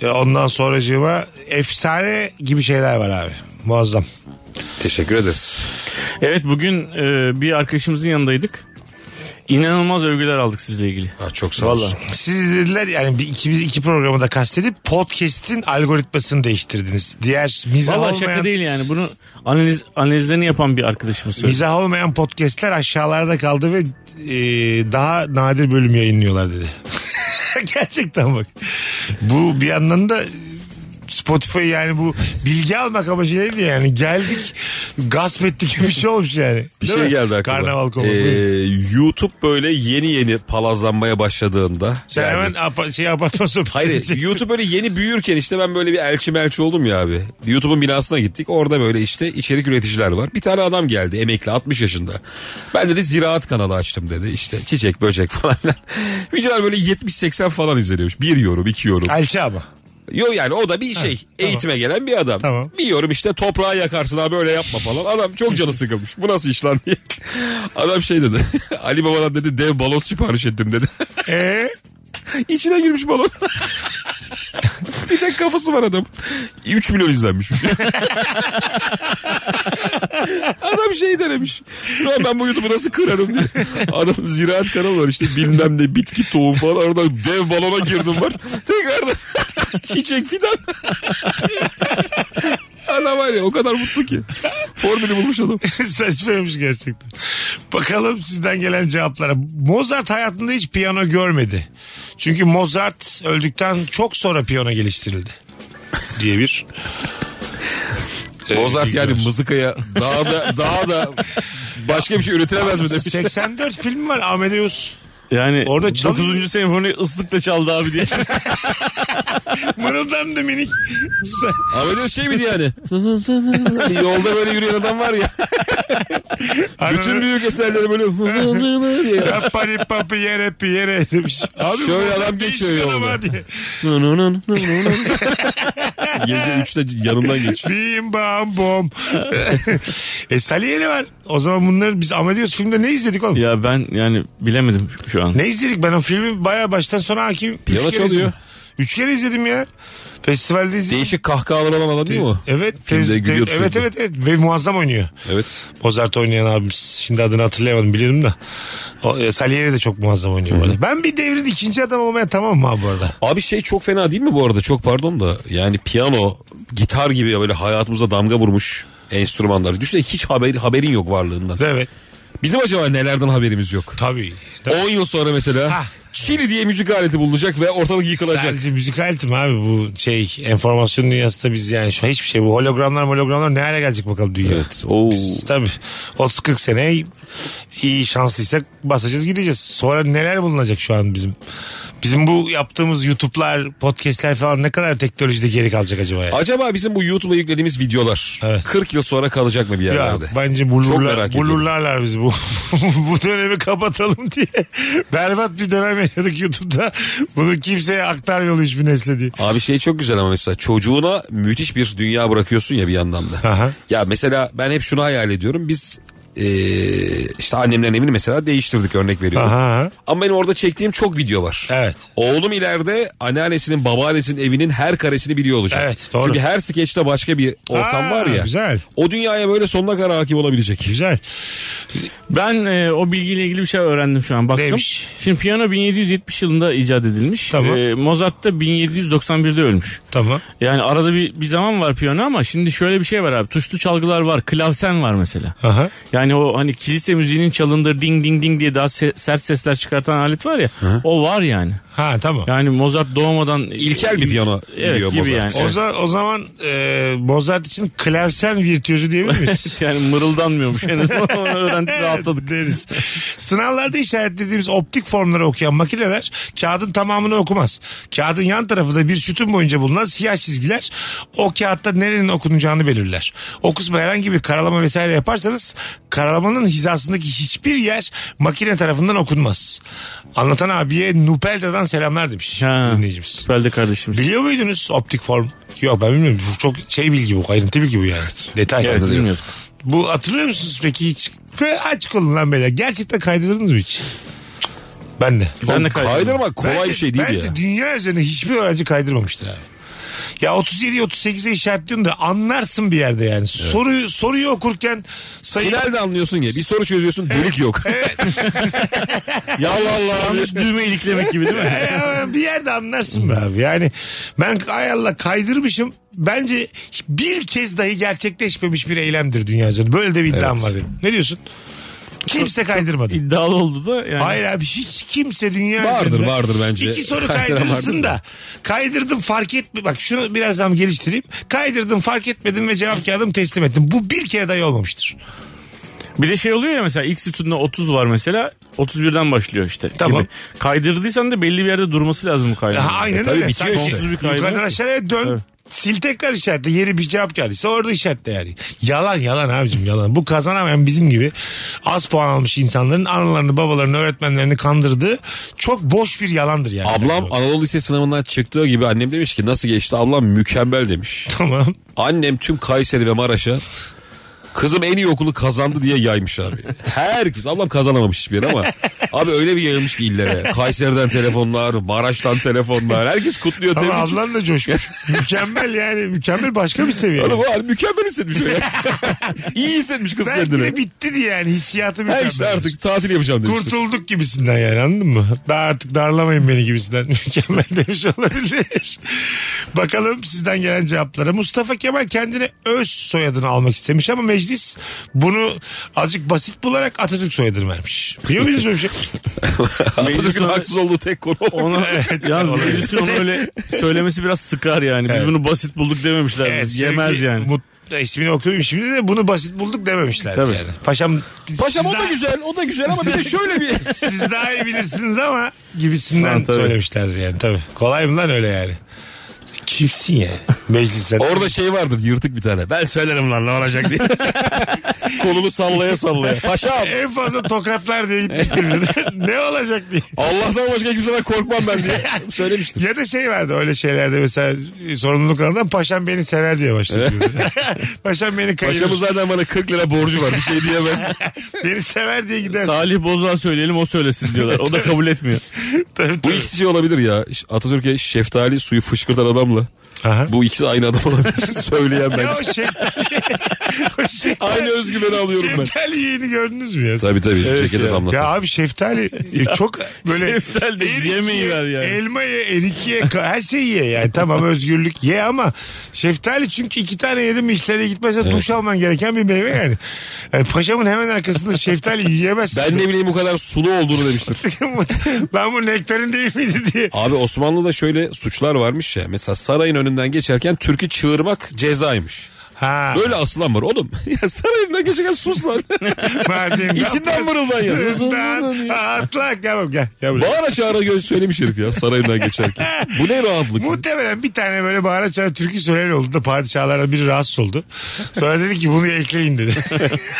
Speaker 3: E, ondan sonracığıma efsane gibi şeyler var abi. Muazzam.
Speaker 4: Teşekkür ederiz.
Speaker 5: Evet bugün e, bir arkadaşımızın yanındaydık. İnanılmaz övgüler aldık sizle ilgili.
Speaker 4: Ha, çok sağ olsun.
Speaker 3: Siz dediler yani bir, ikimiz iki programı da kastedip podcast'in algoritmasını değiştirdiniz. Diğer mizah
Speaker 5: Valla
Speaker 3: olmayan
Speaker 5: şaka değil yani. Bunu analiz analizlerini yapan bir arkadaşımız söyledi.
Speaker 3: mizah olmayan podcast'ler aşağılarda kaldı ve e, daha nadir bölüm yayınlıyorlar dedi. Gerçekten bak. Bu bir yandan da Spotify yani bu bilgi almak amacıyla yani. Geldik gasp ettik gibi bir şey olmuş yani.
Speaker 4: Bir
Speaker 3: Değil
Speaker 4: şey
Speaker 3: mi?
Speaker 4: geldi aklıma.
Speaker 3: Karnaval kovu.
Speaker 4: Ee,
Speaker 3: Buyurun.
Speaker 4: YouTube böyle yeni yeni palazlanmaya başladığında.
Speaker 3: Sen
Speaker 4: yani-
Speaker 3: hemen şey- apa, şey apartman sohbeti
Speaker 4: Hayır
Speaker 3: edecektin.
Speaker 4: YouTube böyle yeni büyürken işte ben böyle bir elçi melçi oldum ya abi. YouTube'un binasına gittik. Orada böyle işte içerik üreticiler var. Bir tane adam geldi emekli 60 yaşında. Ben dedi ziraat kanalı açtım dedi. İşte çiçek böcek falan. Videolar böyle 70-80 falan izleniyormuş. Bir yorum iki yorum.
Speaker 3: Elçi ama.
Speaker 4: Yo yani o da bir şey
Speaker 3: tamam.
Speaker 4: eğitime gelen bir adam.
Speaker 3: Tamam.
Speaker 4: Biliyorum işte toprağı yakarsın abi öyle yapma falan. Adam çok canı sıkılmış. Bu nasıl iş lan diye. Adam şey dedi. Ali Baba'dan dedi dev balon sipariş ettim dedi.
Speaker 3: Ee?
Speaker 4: İçine girmiş balon. bir tek kafası var adam. 3 milyon izlenmiş. adam şey denemiş. Lan ben bu YouTube'u nasıl kırarım diye. Adam ziraat kanalı var işte bilmem ne bitki tohum falan. Arada dev balona girdim var. Tekrardan çiçek fidan. Adam var ya o kadar mutlu ki. Formülü bulmuş adam.
Speaker 3: Saçmaymış gerçekten. Bakalım sizden gelen cevaplara. Mozart hayatında hiç piyano görmedi. Çünkü Mozart öldükten çok sonra piyano geliştirildi. Diye bir.
Speaker 4: Mozart yani mızıkaya daha da, daha da başka bir şey üretilemez mi demiş.
Speaker 3: 84 film var Amadeus.
Speaker 5: Yani
Speaker 3: Orada çalıyor.
Speaker 5: 9. senfoni ıslıkla çaldı abi diye.
Speaker 3: Mırıldandı minik.
Speaker 4: Amadeus şey miydi yani? Yolda böyle yürüyen adam var ya. Bütün büyük eserleri böyle diye.
Speaker 3: Papari papi yere pi yere demiş. Abi
Speaker 4: Şöyle
Speaker 3: Mozart
Speaker 4: adam
Speaker 3: değişik
Speaker 4: geçiyor
Speaker 3: adam
Speaker 4: yolda.
Speaker 3: ha diye.
Speaker 4: Gece 3'te yanından geç.
Speaker 3: Bim bam bom. e Salieri var. O zaman bunları biz Amadeus filmde ne izledik oğlum?
Speaker 5: ya ben yani bilemedim şu an.
Speaker 3: Ne izledik ben o filmi baya baştan sona hakim. Üç
Speaker 4: Piyano
Speaker 3: kere
Speaker 4: çalıyor.
Speaker 3: izledim. Üç kere izledim ya. Festivalde izledim.
Speaker 4: Değişik kahkahalar olan adam değil mi o?
Speaker 3: Evet.
Speaker 4: Filmde
Speaker 3: tez- tez-
Speaker 4: gülüyor
Speaker 3: evet
Speaker 4: sürekli.
Speaker 3: evet evet. Ve muazzam oynuyor.
Speaker 4: Evet.
Speaker 3: Mozart oynayan abimiz. Şimdi adını hatırlayamadım biliyordum da. O, e, Salieri de çok muazzam oynuyor bu arada. Ben bir devrin ikinci adam olmaya tamam mı abi bu arada?
Speaker 4: Abi şey çok fena değil mi bu arada? Çok pardon da yani piyano, gitar gibi böyle hayatımıza damga vurmuş enstrümanlar. Düşünsene hiç haber, haberin yok varlığından.
Speaker 3: Evet.
Speaker 4: Bizim acaba nelerden haberimiz yok?
Speaker 3: Tabii.
Speaker 4: 10 yıl sonra mesela
Speaker 3: Ha.
Speaker 4: Çili diye müzik aleti bulunacak ve ortalık yıkılacak.
Speaker 3: Sadece müzik aletim abi bu şey enformasyon dünyasında biz yani şu an hiçbir şey bu hologramlar hologramlar ne hale gelecek bakalım dünya.
Speaker 4: Evet. Oo.
Speaker 3: Biz tabii 30-40 sene iyi şanslıysak basacağız gideceğiz. Sonra neler bulunacak şu an bizim? Bizim bu yaptığımız YouTube'lar, podcast'ler falan ne kadar teknolojide geri kalacak acaba yani?
Speaker 4: Acaba bizim bu YouTube'a yüklediğimiz videolar
Speaker 3: Evet.
Speaker 4: 40 yıl sonra kalacak mı bir
Speaker 3: Ya,
Speaker 4: yerlerde?
Speaker 3: bence
Speaker 4: Çok
Speaker 3: bulurlar,
Speaker 4: merak ediyorum.
Speaker 3: bulurlarlar biz bu bu dönemi kapatalım diye. Berbat bir dönem yaşadık YouTube'da. Bunu kimseye aktarmıyor hiçbir nesle diye.
Speaker 4: Abi şey çok güzel ama mesela çocuğuna müthiş bir dünya bırakıyorsun ya bir yandan da.
Speaker 3: Aha.
Speaker 4: Ya mesela ben hep şunu hayal ediyorum. Biz eee, işte annemlerin evini mesela değiştirdik örnek veriyorum.
Speaker 3: Aha.
Speaker 4: Ama benim orada çektiğim çok video var.
Speaker 3: Evet.
Speaker 4: Oğlum ileride anneannesinin babaannesinin evinin her karesini biliyor olacak.
Speaker 3: Evet, doğru.
Speaker 4: Çünkü her skeçte başka bir ortam
Speaker 3: Aa,
Speaker 4: var ya.
Speaker 3: güzel.
Speaker 4: O dünyaya böyle sonuna kadar hakim olabilecek.
Speaker 3: Güzel.
Speaker 5: Ben e, o bilgiyle ilgili bir şey öğrendim şu an baktım.
Speaker 3: Neymiş?
Speaker 5: Şimdi piyano 1770 yılında icat edilmiş.
Speaker 3: Tamam.
Speaker 5: E, Mozart da 1791'de ölmüş.
Speaker 3: Tamam.
Speaker 5: Yani arada bir, bir zaman var piyano ama şimdi şöyle bir şey var abi. Tuşlu çalgılar var. Klavsen var mesela.
Speaker 3: Aha.
Speaker 5: Yani o hani kilise müziğinin çalındığı ding ding ding diye daha se- sert sesler çıkartan alet var ya. O var yani.
Speaker 3: Ha tamam.
Speaker 5: Yani Mozart doğmadan...
Speaker 4: İlkel bir piyano
Speaker 5: Evet
Speaker 4: biliyor
Speaker 5: gibi
Speaker 4: Mozart.
Speaker 5: yani.
Speaker 3: O, za- o zaman e, Mozart için klavsen virtüözü diyebilir miyiz?
Speaker 5: Evet, yani mırıldanmıyormuş en azından onu öğrendik rahatladık.
Speaker 3: deriz. Sınavlarda işaretlediğimiz optik formları okuyan makineler kağıdın tamamını okumaz. Kağıdın yan tarafında bir sütun boyunca bulunan siyah çizgiler o kağıtta nerenin okunacağını belirler. O kısma herhangi bir karalama vesaire yaparsanız karalamanın hizasındaki hiçbir yer makine tarafından okunmaz. Anlatan abiye Nupelda'dan selamlar demiş
Speaker 5: Ha.
Speaker 3: dinleyicimiz.
Speaker 5: Süperdi kardeşimiz.
Speaker 3: Biliyor muydunuz optik form? Yok ben bilmiyorum. Bu çok şey bilgi bu. Ayrıntı bilgi bu yani. Detay.
Speaker 5: Evet, bilmiyorduk.
Speaker 3: Bu hatırlıyor musunuz peki hiç? Ve açık olun lan beyler. Gerçekten kaydırdınız mı hiç? Ben de.
Speaker 5: Ben de kaydırdım.
Speaker 4: Kaydırmak kolay
Speaker 3: Bence-
Speaker 4: bir şey değil
Speaker 3: bence
Speaker 4: ya.
Speaker 3: dünya üzerinde hiçbir öğrenci kaydırmamıştır abi. Ya 37 38'e işaretliyorsun da anlarsın bir yerde yani. Soruyu soruyu okurken sayı
Speaker 4: Finalde anlıyorsun ya. Bir soru çözüyorsun delik yok.
Speaker 5: Ya Allah Yanlış düğme iliklemek gibi değil mi?
Speaker 3: Ya bir yerde anlarsın be abi. Yani ben ay Allah kaydırmışım. Bence bir kez dahi gerçekleşmemiş bir eylemdir dünya üzerinde. Böyle de bir iddiam
Speaker 4: Evet.
Speaker 3: var benim. Ne diyorsun? Kimse kaydırmadı.
Speaker 5: İddialı oldu da yani.
Speaker 3: Hayır abi hiç kimse dünya
Speaker 4: Vardır,
Speaker 3: üzerinde
Speaker 4: vardır bence.
Speaker 3: İki soru
Speaker 4: Kaydıran
Speaker 3: kaydırırsın
Speaker 4: vardır
Speaker 3: da. Kaydırdım fark etme. Bak şunu biraz daha geliştireyim. Kaydırdım fark etmedim ve cevap kağıdımı teslim ettim. Bu bir kere dahi olmamıştır.
Speaker 5: Bir de şey oluyor ya mesela ilk sütunda 30 var mesela 31'den başlıyor işte.
Speaker 3: Tamam.
Speaker 5: gibi. Kaydırdıysan da belli bir yerde durması lazım bu kaydırma.
Speaker 3: Ha, aynen
Speaker 4: tabii
Speaker 3: öyle.
Speaker 4: bitiyor
Speaker 3: Sanki
Speaker 5: işte. Bir kaydı.
Speaker 3: Yukarıdan aşağıya dön.
Speaker 5: Evet.
Speaker 3: Sil tekrar işaretle. Yeni bir cevap geldiyse orada işaretle yani. Yalan yalan abicim yalan. Bu kazanamayan bizim gibi az puan almış insanların analarını, babalarını, öğretmenlerini kandırdığı çok boş bir yalandır yani.
Speaker 4: Ablam Anadolu Lise sınavından çıktığı gibi annem demiş ki nasıl geçti? Ablam mükemmel demiş.
Speaker 3: Tamam.
Speaker 4: Annem tüm Kayseri ve Maraş'a kızım en iyi okulu kazandı diye yaymış abi. Herkes ablam kazanamamış hiçbir yere ama abi öyle bir yayılmış ki illere. Kayseri'den telefonlar, Maraş'tan telefonlar. Herkes kutluyor
Speaker 3: Ama
Speaker 4: tebrik.
Speaker 3: ablan da coşmuş. mükemmel yani. Mükemmel başka bir seviye.
Speaker 4: Oğlum o hal mükemmel hissetmiş öyle. İyi hissetmiş kız
Speaker 3: Belki
Speaker 4: kendini.
Speaker 3: de bitti diye yani hissiyatı
Speaker 4: Ha
Speaker 3: mükemmel.
Speaker 4: işte artık tatil yapacağım demiştir.
Speaker 3: Kurtulduk gibisinden yani anladın mı? Daha artık darlamayın beni gibisinden. Mükemmel demiş olabilir. Bakalım sizden gelen cevaplara. Mustafa Kemal kendine öz soyadını almak istemiş ama meclis bunu azıcık basit bularak Atatürk soyadını vermiş. Biliyor musunuz böyle bir şey?
Speaker 4: Atatürk'ün
Speaker 5: Meclis-
Speaker 4: haksız olduğu tek konu. o.
Speaker 5: Ona, yalnız
Speaker 3: olabilir.
Speaker 5: meclisin onu öyle söylemesi biraz sıkar yani. Biz
Speaker 3: Evet.
Speaker 5: bunu basit bulduk dememişler.
Speaker 3: Evet,
Speaker 5: Yemez
Speaker 3: sevgili
Speaker 5: yani.
Speaker 3: Mut, ismini okuyorum şimdi de bunu basit bulduk dememişler yani. Paşam,
Speaker 4: Paşam o
Speaker 3: siz
Speaker 4: da
Speaker 3: daha-
Speaker 4: güzel, o da güzel ama bir de şöyle bir...
Speaker 3: Siz daha iyi bilirsiniz ama gibisinden
Speaker 5: Ha, tabii.
Speaker 3: söylemişler yani tabii. Kolay mı lan öyle yani? Sen Kimsin ya? Meclisten.
Speaker 4: Orada şey vardır yırtık bir tane. Ben söylerim lan ne olacak diye. Kolunu sallaya sallaya. Paşam
Speaker 3: en fazla tokatlar diye gitmiştir. ne olacak diye.
Speaker 4: Allah'tan başka kimseden korkmam ben diye söylemiştim.
Speaker 3: Ya da şey vardı öyle şeylerde mesela e, sorumluluk alanında paşam beni sever diye başlıyor. paşam beni kayırır.
Speaker 4: Paşamın zaten bana 40 lira borcu var bir şey diyemez.
Speaker 3: Beni sever diye gider.
Speaker 5: Salih Boz'a söyleyelim o söylesin diyorlar. O da kabul etmiyor.
Speaker 3: Tabii,
Speaker 4: Bu
Speaker 3: tabii.
Speaker 4: ikisi şey olabilir ya. Atatürk'e şeftali suyu fışkırtan adamla.
Speaker 3: Aha.
Speaker 4: Bu ikisi aynı adam olabilir. Söyleyen
Speaker 3: Ya
Speaker 4: ben.
Speaker 3: o şeftali. o şeftali.
Speaker 4: Aynı özgüveni alıyorum ben.
Speaker 3: Şeftali yayını gördünüz mü ya?
Speaker 4: Tabii tabii.
Speaker 3: Evet
Speaker 4: Cekete
Speaker 3: ya. Ya
Speaker 4: damlatan.
Speaker 3: abi şeftali e, çok böyle
Speaker 5: Şeftali de
Speaker 3: erikiye,
Speaker 5: yemeği ver yani.
Speaker 3: Elma ye, erik ye, ka- her şeyi ye yani. Tamam özgürlük ye ama şeftali çünkü iki tane yedim mi işlere gitmezse duş alman gereken bir meyve yani. Yani paşamın hemen arkasında şeftali yiyemezsin.
Speaker 4: Ben ne bileyim bu kadar sulu olduğunu demiştir.
Speaker 3: ben bu nektarin değil miydi diye.
Speaker 4: Abi Osmanlı'da şöyle suçlar varmış ya. Mesela sarayın önünden geçerken türkü çığırmak cezaymış.
Speaker 3: Ha.
Speaker 4: Böyle aslan var oğlum. Ya sarayın önünden geçerken sus lan.
Speaker 3: Mardin,
Speaker 4: İçinden mırıldan ya.
Speaker 3: Ben, atla gel oğlum, gel. gel buraya.
Speaker 4: Bağıra çağıra gö- söylemiş herif ya sarayından geçerken. Bu ne rahatlık.
Speaker 3: Muhtemelen bir tane böyle bağıra çağıra türkü söyleyen oldu da padişahlardan biri rahatsız oldu. Sonra dedi ki bunu ekleyin dedi.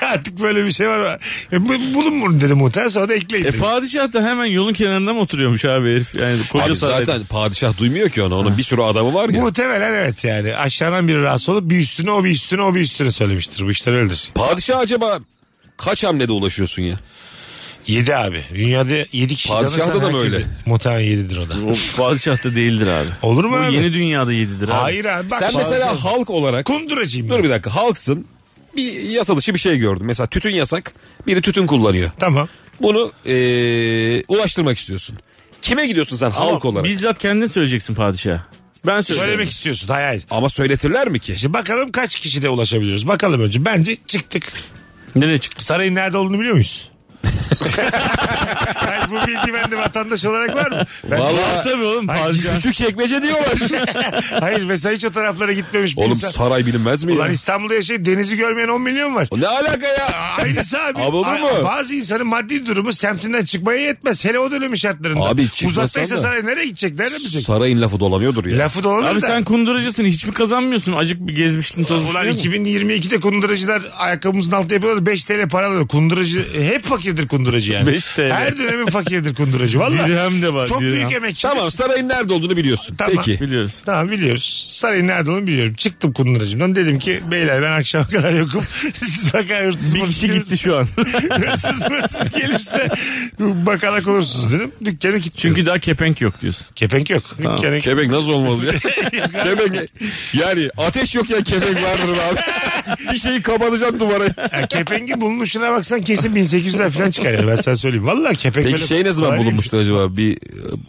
Speaker 3: Artık böyle bir şey var. mı? E, bu- bulun bunu dedi muhtemelen sonra da ekleyin
Speaker 5: E
Speaker 3: dedi.
Speaker 5: padişah da hemen yolun kenarında mı oturuyormuş abi herif? Yani koca
Speaker 4: Abi
Speaker 5: sarayda.
Speaker 4: zaten padişah duymuyor ki onu. Onun bir sürü adamı var ya.
Speaker 3: Muhtemelen evet yani aşağıdan biri rahatsız olup bir üstüne o bir üstüne o bir üstüne söylemiştir. Bu işler öyledir.
Speaker 4: Padişah acaba kaç hamlede ulaşıyorsun ya?
Speaker 3: Yedi abi. Dünyada yedi kişi
Speaker 4: Padişah da
Speaker 3: tanırsan
Speaker 4: da mı
Speaker 3: herkesi-
Speaker 4: öyle?
Speaker 3: Muhtemelen yedidir o da.
Speaker 5: O padişah da değildir abi.
Speaker 3: Olur mu
Speaker 5: Bu
Speaker 3: abi?
Speaker 5: yeni dünyada yedidir abi.
Speaker 3: Hayır abi. Bak,
Speaker 4: Sen mesela
Speaker 3: padişah-
Speaker 4: halk olarak
Speaker 3: Kunduracıyım ben.
Speaker 4: dur bir dakika halksın. Bir yasa dışı bir şey gördüm. Mesela tütün yasak. Biri tütün kullanıyor.
Speaker 3: Tamam.
Speaker 4: Bunu eee, ulaştırmak istiyorsun. Kime gidiyorsun sen halk olarak?
Speaker 5: Bizzat kendin söyleyeceksin padişaha. Ben söyleyeyim.
Speaker 3: Söylemek istiyorsun. Hayır hayır.
Speaker 4: Ama söyletirler mi ki?
Speaker 3: İşte bakalım kaç kişide ulaşabiliyoruz. Bakalım önce. Bence çıktık.
Speaker 5: Nereye çıktı?
Speaker 3: Sarayın nerede olduğunu biliyor muyuz? Hayır, bu bilgi bende vatandaş olarak var mı? Ben-
Speaker 4: Vallahi
Speaker 5: Tabii oğlum padişah.
Speaker 4: küçük çekmece diyorlar.
Speaker 3: Hayır mesela hiç o taraflara gitmemiş bir
Speaker 4: Oğlum
Speaker 3: insan.
Speaker 4: saray bilinmez mi
Speaker 3: Ulan
Speaker 4: ya?
Speaker 3: İstanbul'da yaşayıp denizi görmeyen 10 milyon var.
Speaker 4: Ne alaka ya?
Speaker 3: Aynısı abi.
Speaker 4: Abi olur
Speaker 3: A-
Speaker 4: mu?
Speaker 3: Bazı insanın maddi durumu semtinden çıkmaya yetmez. Hele o dönemin şartlarında.
Speaker 4: Abi çıkmasan
Speaker 3: Uzaktaysa
Speaker 4: da.
Speaker 3: saray nereye gidecek? Nereye gidecek?
Speaker 4: Sarayın lafı dolanıyordur ya.
Speaker 3: Lafı dolanır
Speaker 5: Abi
Speaker 3: da.
Speaker 5: sen kunduracısın hiçbir kazanmıyorsun. Acık bir gezmiştin
Speaker 3: Ulan
Speaker 5: tozmuşsun.
Speaker 3: 2022'de kunduracılar ayakkabımızın altı yapıyorlar 5 TL para alıyor. Kunduracı e, hep fakirdir kunduracı yani.
Speaker 5: 5 TL.
Speaker 3: Her dönemin fakirdir kunduracı. Valla.
Speaker 5: Dirhem de var,
Speaker 3: Çok
Speaker 5: dirhem.
Speaker 3: büyük emekçidir.
Speaker 4: Tamam sarayın nerede olduğunu biliyorsun.
Speaker 3: Tamam.
Speaker 4: Peki.
Speaker 5: Biliyoruz.
Speaker 3: Tamam biliyoruz. Sarayın nerede olduğunu biliyorum. Çıktım kunduracımdan. Dedim ki beyler ben akşama kadar yokum. Siz bakar hırsız
Speaker 5: Bir
Speaker 3: mırsız
Speaker 5: kişi
Speaker 3: gelirse-
Speaker 5: gitti şu an.
Speaker 3: hırsız mırsız gelirse bakalak olursunuz dedim. Dükkanı kilitledim.
Speaker 5: Çünkü daha kepenk yok diyorsun.
Speaker 3: kepenk yok. Dükkanı
Speaker 4: Kebek nasıl olmaz ya? kebek yani ateş yok ya kebek vardır abi. bir şeyi kapatacağım duvara.
Speaker 3: Ya kepengi bulunuşuna baksan kesin 1800'ler falan çıkar yani ben sana söyleyeyim. Vallahi kepenk
Speaker 4: Peki
Speaker 3: böyle-
Speaker 4: şey ne zaman
Speaker 3: Vay be.
Speaker 4: bulunmuştur acaba? Bir e,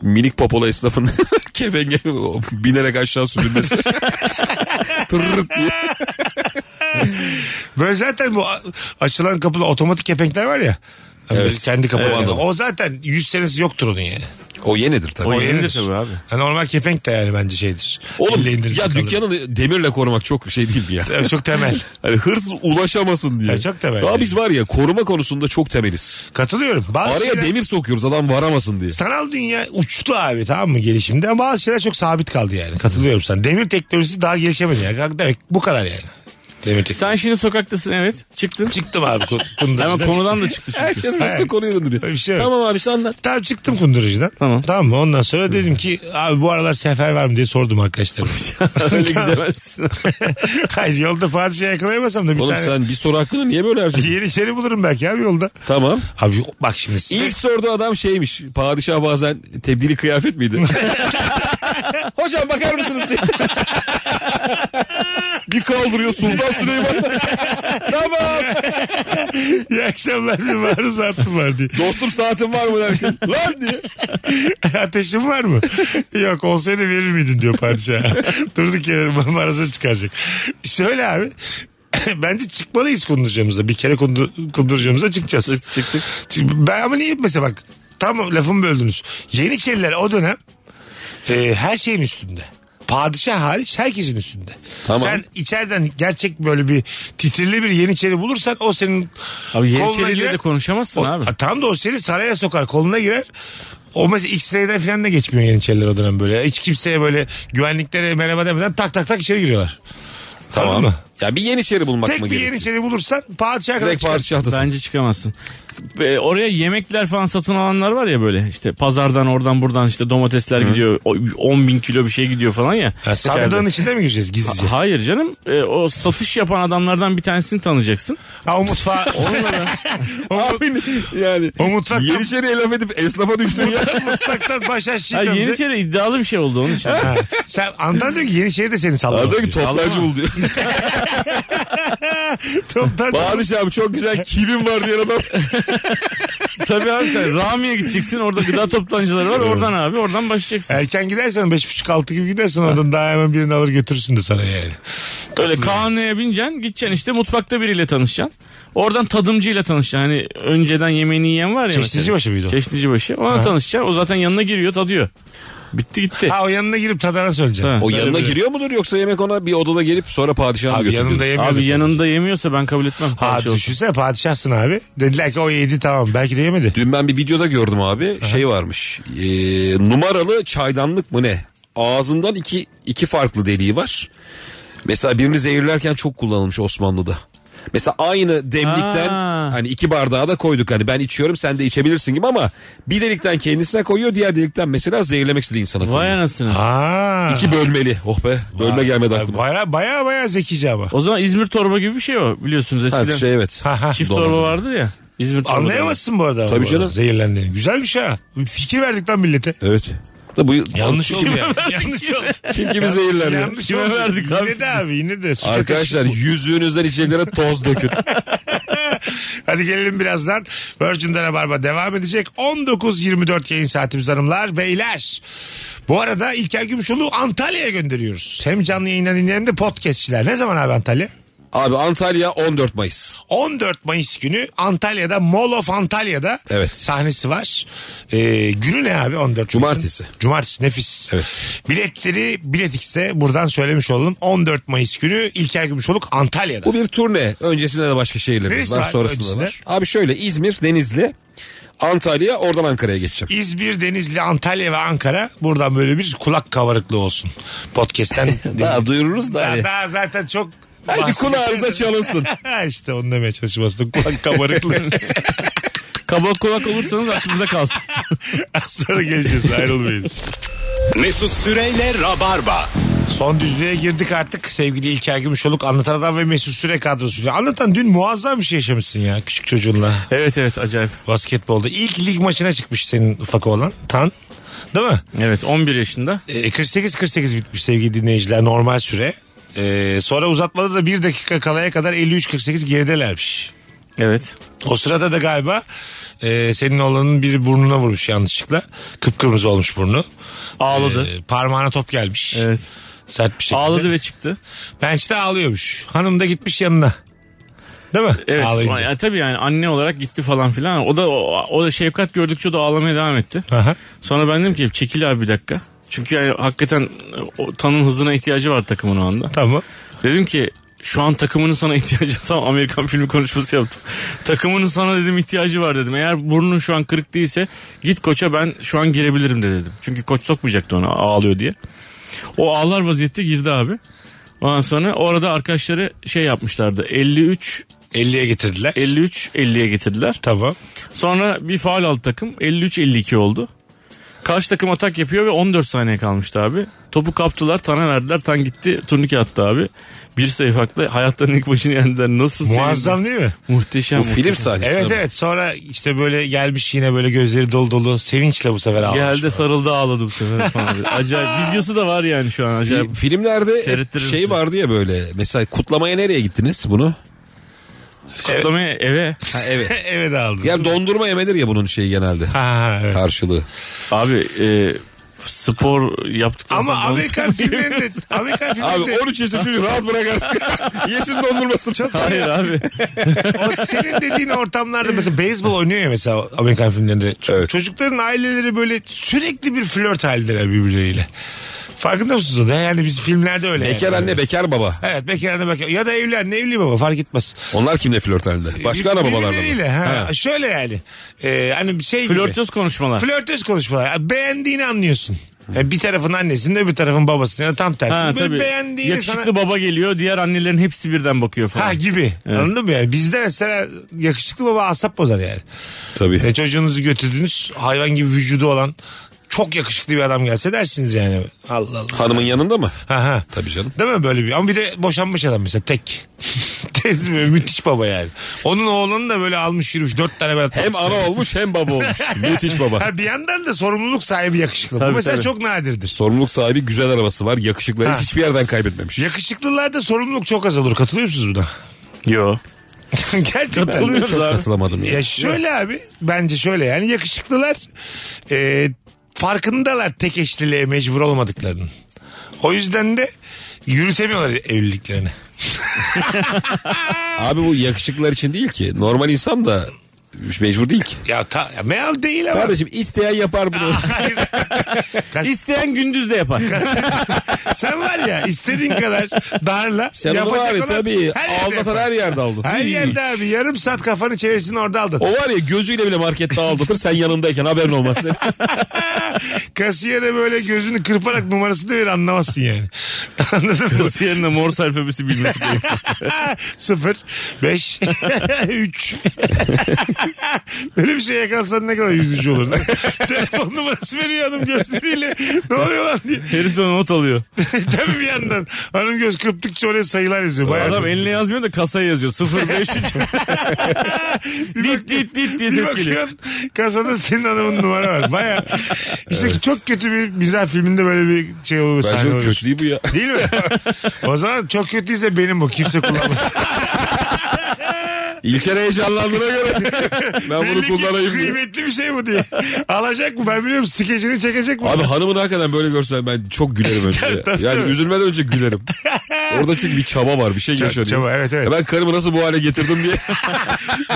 Speaker 4: minik popola esnafın kebenge binerek aşağı sürülmesi. Tırırt diye.
Speaker 3: Böyle zaten bu a- açılan kapıda otomatik kepenkler var ya. Hani
Speaker 4: Evet.
Speaker 3: böyle Kendi kapalı.
Speaker 4: Evet.
Speaker 3: o zaten 100 senesi yoktur onun yani.
Speaker 4: O yenidir tabii.
Speaker 3: O
Speaker 5: Yenidir
Speaker 3: yenidir.
Speaker 5: tabii abi.
Speaker 3: Ha, normal kepenk de yani bence şeydir.
Speaker 4: Oğlum
Speaker 3: Elle indirecek
Speaker 4: ya
Speaker 3: kadar.
Speaker 4: dükkanı demirle korumak çok şey değil mi ya?
Speaker 3: Evet, çok temel.
Speaker 4: Hani hırsız ulaşamasın diye.
Speaker 3: Ya çok temel
Speaker 4: Daha
Speaker 3: yani.
Speaker 4: biz var ya koruma konusunda çok temeliz.
Speaker 3: Katılıyorum. Bazı
Speaker 4: Araya
Speaker 3: şeyler-
Speaker 4: demir sokuyoruz adam varamasın diye.
Speaker 3: Sanal dünya uçtu abi tamam mı gelişimde ama bazı şeyler çok sabit kaldı yani. Katılıyorum sana. Demir teknolojisi daha gelişemedi yani. Kanka Demek bu kadar yani. Demir teknolojisi.
Speaker 5: Sen şimdi sokaktasın evet. Çıktın.
Speaker 3: Çıktım abi ku- kunduracıdan.
Speaker 5: Hemen konudan da çıktı çünkü.
Speaker 4: Herkes mesela konuya
Speaker 3: Öyle
Speaker 4: döndürüyor.
Speaker 3: bir şey yok.
Speaker 4: tamam abi sen anlat.
Speaker 3: Tamam çıktım kunduracıdan.
Speaker 5: Tamam.
Speaker 3: Tamam mı? Ondan sonra dedim ki abi bu aralar sefer var mı diye sordum arkadaşlarıma.
Speaker 5: Öyle gidemezsin.
Speaker 3: Hayır yolda padişahı yakalayamasam da bir
Speaker 4: Oğlum
Speaker 3: tane
Speaker 4: sen bir soru hakkını niye böyle harcıyorsun?
Speaker 3: yeni seri bulurum belki abi yolda.
Speaker 4: tamam.
Speaker 3: Abi bak şimdi size-
Speaker 4: İlk sorduğu adam şeymiş. Padişah bazen tebdili kıyafet miydi? Hocam bakar mısınız diye. bir kaldırıyor Sultan Süleyman. tamam.
Speaker 3: İyi akşamlar bir maruz attım var diye.
Speaker 4: Dostum saatin var mı derken. Lan diye.
Speaker 3: Ateşin var mı? Yok olsaydı verir miydin diyor padişah. Durduk yere maraza çıkaracak. Şöyle abi. Bence çıkmalıyız kunduracağımıza. Bir kere kundu, kunduracağımıza çıkacağız.
Speaker 5: Çıktık.
Speaker 3: Şimdi ben ama niye mesela bak. Tam lafımı böldünüz. Yeniçeriler o dönem e, her şeyin üstünde. Padişah hariç herkesin üstünde.
Speaker 4: Tamam.
Speaker 3: Sen içeriden gerçek böyle bir titrili bir yeniçeri bulursan o senin
Speaker 5: Abi
Speaker 3: koluna
Speaker 5: Yeniçeriyle
Speaker 3: girer.
Speaker 5: de konuşamazsın
Speaker 3: O-
Speaker 5: abi.
Speaker 3: Ha, Tam da o seni saraya sokar koluna girer. O mesela X-ray'den falan da geçmiyor Yeniçeriler o dönem böyle. Hiç kimseye böyle güvenliklere merhaba demeden tak tak tak içeri giriyorlar. Anladın
Speaker 4: Tamam.
Speaker 3: mı?
Speaker 4: Ya bir yeniçeri bulmak
Speaker 3: Tek
Speaker 4: mı
Speaker 3: bir
Speaker 4: gerekiyor?
Speaker 3: Yeniçeri bulursan padişah kadar
Speaker 4: Direkt
Speaker 3: çıkar.
Speaker 4: padişahtasın.
Speaker 5: Bence çıkamazsın. E, oraya yemekler falan satın alanlar var ya böyle işte pazardan oradan buradan işte domatesler gidiyor o- 10 bin kilo bir şey gidiyor falan ya.
Speaker 3: Ha, sandığın
Speaker 5: İçeride.
Speaker 3: içinde mi gireceğiz gizlice?
Speaker 5: Ha- Hayır canım E, o satış yapan adamlardan bir tanesini tanıyacaksın.
Speaker 3: Ha, o mutfağa... o, mu-
Speaker 4: Abi yani
Speaker 3: o mutfaktan,
Speaker 4: Yeniçeri'ye laf edip esnafa düştün ya.
Speaker 3: mutfaktan baş
Speaker 5: Ha,
Speaker 3: aşçıyı tanıyacak.
Speaker 5: Yeniçeri iddialı bir şey oldu onun için.
Speaker 3: Ha, Sen andan diyor ki Yeniçeri de seni sallama.
Speaker 4: Adam ki toplarcı buldu.
Speaker 3: Toptan
Speaker 4: Padişahım çok güzel kivim var diye adam.
Speaker 5: Tabii abi sen Rami'ye gideceksin orada gıda toptancıları var oradan abi oradan başlayacaksın.
Speaker 3: Erken gidersen beş buçuk altı gibi gidersen oradan daha hemen birini alır götürürsün de sana yani.
Speaker 5: Öyle kahaneye bineceksin gideceksin işte mutfakta biriyle tanışacaksın. Oradan tadımcıyla tanışacaksın. Hani önceden yemeğini yiyen var ya.
Speaker 3: Çeşnici
Speaker 5: mesela.
Speaker 3: başı mıydı o?
Speaker 5: Çeşnici başı. Ona tanışacaksın. O zaten yanına giriyor tadıyor. Bitti gitti.
Speaker 3: Ha o yanına girip tadana söyleyeceksin.
Speaker 5: E- Ha.
Speaker 4: O
Speaker 3: Öyle
Speaker 4: yanına
Speaker 3: bir-
Speaker 4: giriyor mudur yoksa yemek ona bir odada gelip sonra padişahı mı
Speaker 3: Abi
Speaker 4: götürüyor?
Speaker 3: yanında yemiyor.
Speaker 5: Abi
Speaker 3: musun?
Speaker 5: yanında yemiyorsa ben kabul etmem.
Speaker 3: Ha
Speaker 5: Karşı olsun.
Speaker 3: düşünsene padişahsın abi. Dediler ki o yedi tamam belki de yemedi.
Speaker 4: Dün ben bir videoda gördüm abi şey varmış Ee, numaralı çaydanlık mı ne ağzından iki, iki farklı deliği var. Mesela birini zehirlerken çok kullanılmış Osmanlı'da. Mesela aynı demlikten
Speaker 5: Aa.
Speaker 4: hani iki bardağı da koyduk hani ben içiyorum sen de içebilirsin gibi ama bir delikten kendisine koyuyor diğer delikten mesela zehirlemek istediği insana koyuyor.
Speaker 5: Vay anasını.
Speaker 3: Ha.
Speaker 4: İki bölmeli oh be bölme gelmedi aklıma.
Speaker 3: Baya baya baya zekice ama.
Speaker 5: O zaman İzmir torba gibi bir şey o biliyorsunuz eskiden.
Speaker 4: Ha, şey evet.
Speaker 3: Ha, ha.
Speaker 5: Çift
Speaker 4: Doğru.
Speaker 5: torba vardı ya. İzmir torba.
Speaker 3: Anlayamazsın bu arada. bu
Speaker 4: Tabii canım.
Speaker 3: arada Zehirlendiğini. Güzelmiş ha. Fikir verdik lan millete.
Speaker 4: Evet. Da bu
Speaker 3: Yanlış oldu yani. Yanlış şey oldu.
Speaker 4: Kim kimi zehirleniyor?
Speaker 3: Yanlış oldu.
Speaker 5: verdik
Speaker 3: yine
Speaker 5: abi?
Speaker 3: de abi yine de. Suça
Speaker 4: Arkadaşlar
Speaker 3: karışık
Speaker 4: yüzüğünüzden içeceklere toz dökün.
Speaker 3: bu. Hadi gelelim birazdan. Virgin'de Rabarba devam edecek. 19.24 yayın saatimiz hanımlar beyler. Bu arada İlker Gümüşoğlu Antalya'ya gönderiyoruz. Hem canlı yayından dinleyelim de podcastçiler. Ne zaman abi Antalya?
Speaker 4: Abi Antalya 14 Mayıs.
Speaker 3: 14 Mayıs günü Antalya'da Mall of Antalya'da
Speaker 4: Evet.
Speaker 3: sahnesi var. Ee, günü ne abi 14 Mayıs'ın?
Speaker 4: Cumartesi.
Speaker 3: Cumartesi nefis.
Speaker 4: Evet.
Speaker 3: Biletleri Bilet X'te buradan söylemiş oldum. 14 Mayıs günü İlker Gümüşoluk Antalya'da.
Speaker 4: Bu bir turne. Öncesinde de başka şehirlerimiz
Speaker 3: Neresi
Speaker 4: var,
Speaker 3: var
Speaker 4: sonrasında da
Speaker 3: öncesinde?
Speaker 4: var. Abi şöyle İzmir, Denizli, Antalya, oradan Ankara'ya geçeceğim.
Speaker 3: İzmir, Denizli, Antalya ve Ankara buradan böyle bir kulak kabarıklığı olsun. Podcast'ten
Speaker 4: Daha duyururuz da hani.
Speaker 3: daha, daha zaten çok
Speaker 4: Hadi kul
Speaker 3: bahsedeceğiz.
Speaker 4: arıza çalınsın.
Speaker 3: işte onu demeye çalışmasın. Kulak kabarıklığı.
Speaker 5: Kabak kulak olursanız aklınızda kalsın.
Speaker 3: Sonra geleceğiz ayrılmayız.
Speaker 2: Mesut Süreyle Rabarba.
Speaker 3: Son düzlüğe girdik artık sevgili İlker Gümüşoluk anlatan adam ve Mesut Süre kadrosuyla. Anlatan dün muazzam bir şey yaşamışsın ya küçük çocuğunla
Speaker 5: Evet evet acayip.
Speaker 3: basketbolda. İlk lig maçına çıkmış senin ufak olan Tan. Değil mi?
Speaker 5: Evet 11 yaşında.
Speaker 3: Ee, 48-48 bitmiş sevgili dinleyiciler normal süre. Ee, sonra uzatmada da 1 dakika kalaya kadar 53-48 geridelermiş.
Speaker 5: Evet.
Speaker 3: O sırada da galiba e, senin oğlanın biri burnuna vurmuş yanlışlıkla. Kıpkırmızı olmuş burnu.
Speaker 5: Ağladı.
Speaker 3: Ee, parmağına top gelmiş.
Speaker 5: Evet.
Speaker 3: Sert bir şekilde.
Speaker 5: Ağladı ve çıktı.
Speaker 3: Bençte ağlıyormuş. Hanım da gitmiş yanına. Değil mi?
Speaker 5: Evet.
Speaker 3: Ağlayınca.
Speaker 5: Ya tabii yani anne olarak gitti falan filan. O da o, o da şefkat gördükçe o da ağlamaya devam etti.
Speaker 3: Aha.
Speaker 5: Sonra ben dedim ki çekil abi bir dakika. Çünkü yani hakikaten e, o, Tan'ın hızına ihtiyacı var takımın o anda.
Speaker 3: Tamam.
Speaker 5: Dedim ki şu an takımının sana ihtiyacı tam Amerikan filmi konuşması yaptım. takımının sana dedim ihtiyacı var dedim. Eğer burnun şu an kırık değilse git koça ben şu an girebilirim de dedim. Çünkü koç sokmayacaktı onu ağlıyor diye. O ağlar vaziyette girdi abi. Ondan sonra orada arkadaşları şey yapmışlardı. 53
Speaker 3: 50'ye getirdiler.
Speaker 5: 53 50'ye getirdiler.
Speaker 3: Tamam.
Speaker 5: Sonra bir faal aldı takım. 53-52 oldu. Karşı takım atak yapıyor ve 14 saniye kalmıştı abi. Topu kaptılar, Tan'a verdiler. Tan gitti, turnike attı abi. Bir sayı farkla hayatlarının ilk başını yendiler. Nasıl sevindim?
Speaker 3: Muazzam değil mi?
Speaker 5: Muhteşem.
Speaker 4: Bu
Speaker 5: muhteşem.
Speaker 4: film sahnesi.
Speaker 3: Evet evet sonra işte böyle gelmiş yine böyle gözleri dolu dolu sevinçle bu sefer ağlamış.
Speaker 5: Geldi sarıldı ağladı bu sefer falan. Böyle. Acayip. Videosu da var yani şu an. Acayip.
Speaker 4: Fi- Filmlerde hep
Speaker 5: Seyrettiririm
Speaker 4: şey
Speaker 5: size.
Speaker 4: vardı ya böyle. Mesela kutlamaya nereye gittiniz bunu?
Speaker 5: Kutlamaya eve.
Speaker 4: Ha evet.
Speaker 3: evet aldı.
Speaker 4: ya dondurma yemedir ya bunun şeyi genelde.
Speaker 3: Ha, ha, evet.
Speaker 4: Karşılığı.
Speaker 5: Abi e, spor yaptıktan
Speaker 3: Ama
Speaker 5: sonra-
Speaker 3: Amerikan filmlerinde Amerikan
Speaker 4: Abi
Speaker 3: filmlerinde
Speaker 4: 13 yaşında çocuk rahat bırak artık. Yesin dondurmasını.
Speaker 3: çok şey-
Speaker 5: Hayır abi.
Speaker 3: o senin dediğin ortamlarda mesela beyzbol oynuyor ya mesela Amerikan filmlerinde. Ç-
Speaker 4: Evet.
Speaker 3: Çocukların aileleri böyle sürekli bir flört halindeler birbirleriyle. Farkında mısınız onu? Yani biz filmlerde öyle.
Speaker 4: Bekar
Speaker 3: yani.
Speaker 4: anne bekar baba.
Speaker 3: Evet bekar anne bekar. Ya da evli ne evli baba fark etmez.
Speaker 4: Onlar kimle flört halinde? Başka ana babalarla mı?
Speaker 3: Birbirleriyle, Ha.
Speaker 4: Ha.
Speaker 3: Şöyle yani. Ee, hani bir şey gibi.
Speaker 5: Flörtöz konuşmalar.
Speaker 3: Flörtöz konuşmalar. Beğendiğini anlıyorsun. Yani bir tarafın annesini öbür tarafın babasını ya da tam tersi.
Speaker 5: Ha,
Speaker 3: Böyle
Speaker 5: tabii.
Speaker 3: beğendiğini
Speaker 5: Yakışıklı
Speaker 3: sana...
Speaker 5: baba geliyor. Diğer annelerin hepsi birden bakıyor falan.
Speaker 3: Ha gibi. Anladın mı yani? Bizde mesela yakışıklı baba asap bozar yani.
Speaker 4: Tabii.
Speaker 3: E, çocuğunuzu götürdünüz hayvan gibi vücudu olan çok yakışıklı bir adam gelse dersiniz yani. Allah Allah.
Speaker 4: Hanımın yanında mı?
Speaker 3: Ha, ha.
Speaker 4: Tabii canım.
Speaker 3: Değil mi böyle bir ama bir de boşanmış adam mesela tek. Tek böyle Müthiş baba yani. Onun oğlanı da böyle almış yürümüş dört tane böyle.
Speaker 4: Hem ana olmuş hem baba olmuş. Müthiş baba.
Speaker 3: Ha, bir yandan da sorumluluk sahibi yakışıklı. Bu
Speaker 5: Tabii,
Speaker 3: mesela
Speaker 5: tabii.
Speaker 3: çok nadirdir.
Speaker 4: Sorumluluk sahibi güzel arabası var. Yakışıkları
Speaker 3: Ha.
Speaker 4: hiçbir yerden kaybetmemiş.
Speaker 3: Yakışıklılarda sorumluluk çok az olur. Katılıyor musunuz buna?
Speaker 5: Yo.
Speaker 3: Gerçekten.
Speaker 4: Ben de
Speaker 5: Katılmıyoruz
Speaker 4: çok
Speaker 5: abi.
Speaker 4: katılamadım ya.
Speaker 3: Ya şöyle abi bence şöyle yani yakışıklılar e, farkındalar tek eşliliğe mecbur olmadıklarının. O yüzden de yürütemiyorlar evliliklerini.
Speaker 4: Abi bu yakışıklılar için değil ki. Normal insan da mecbur değil ki.
Speaker 3: Ya, ta, ya meal değil ama.
Speaker 4: Kardeşim isteyen yapar bunu.
Speaker 3: Hayır.
Speaker 5: İsteyen gündüz de yapar.
Speaker 3: Sen var ya istediğin kadar darla.
Speaker 4: Sen onu
Speaker 3: yapacak
Speaker 4: abi
Speaker 3: olan
Speaker 4: tabii
Speaker 3: her yerde
Speaker 4: aldatan
Speaker 3: yapar.
Speaker 4: her yerde aldatır.
Speaker 3: Her yerde abi yarım saat kafanı çevirsin orada aldat.
Speaker 4: O var ya gözüyle bile markette aldatır sen yanındayken haberin olmaz.
Speaker 3: Kasiyere böyle gözünü kırparak numarasını verir anlamazsın yani. Anladın mı?
Speaker 5: Nasıl yerine Morse alfabesi bilmesi gerekiyor.
Speaker 3: Sıfır, beş, üç. Böyle bir şey yakalansan ne kadar yüzücü olur. değil mi? Telefon numarası veriyor hanım gösteriyle. Ne oluyor lan diye.
Speaker 5: Herif de not alıyor.
Speaker 3: Tabii bir yandan. Hanım göz kırptıkça oraya sayılar yazıyor. Bayağı
Speaker 5: Adam eline yazmıyor da kasaya yazıyor. 0500. dit dit dit diye
Speaker 3: Bir
Speaker 5: ses geliyor.
Speaker 3: bakıyorsun kasada senin hanımın numara var. Baya işte çok kötü bir mizah filminde böyle bir şey olur.
Speaker 4: Bence
Speaker 3: sahne
Speaker 4: o
Speaker 3: olur.
Speaker 4: kötü değil bu ya.
Speaker 3: Değil mi? o zaman çok kötüyse benim bu. Kimse kullanmaz.
Speaker 4: İlker heyecanlandığına göre ben
Speaker 3: Belli
Speaker 4: bunu
Speaker 3: ki
Speaker 4: kullanayım diye.
Speaker 3: Kıymetli bir şey bu diye. Alacak mı ben biliyorum skecini çekecek mi?
Speaker 4: Abi hanımını hakikaten böyle görsen ben çok gülerim önce.
Speaker 3: Tabii, tabii,
Speaker 4: yani
Speaker 3: tabii.
Speaker 4: üzülmeden önce gülerim. Orada çünkü bir çaba var bir şey yaşanıyor.
Speaker 3: çaba, evet, evet.
Speaker 4: Ya Ben karımı nasıl bu hale getirdim diye.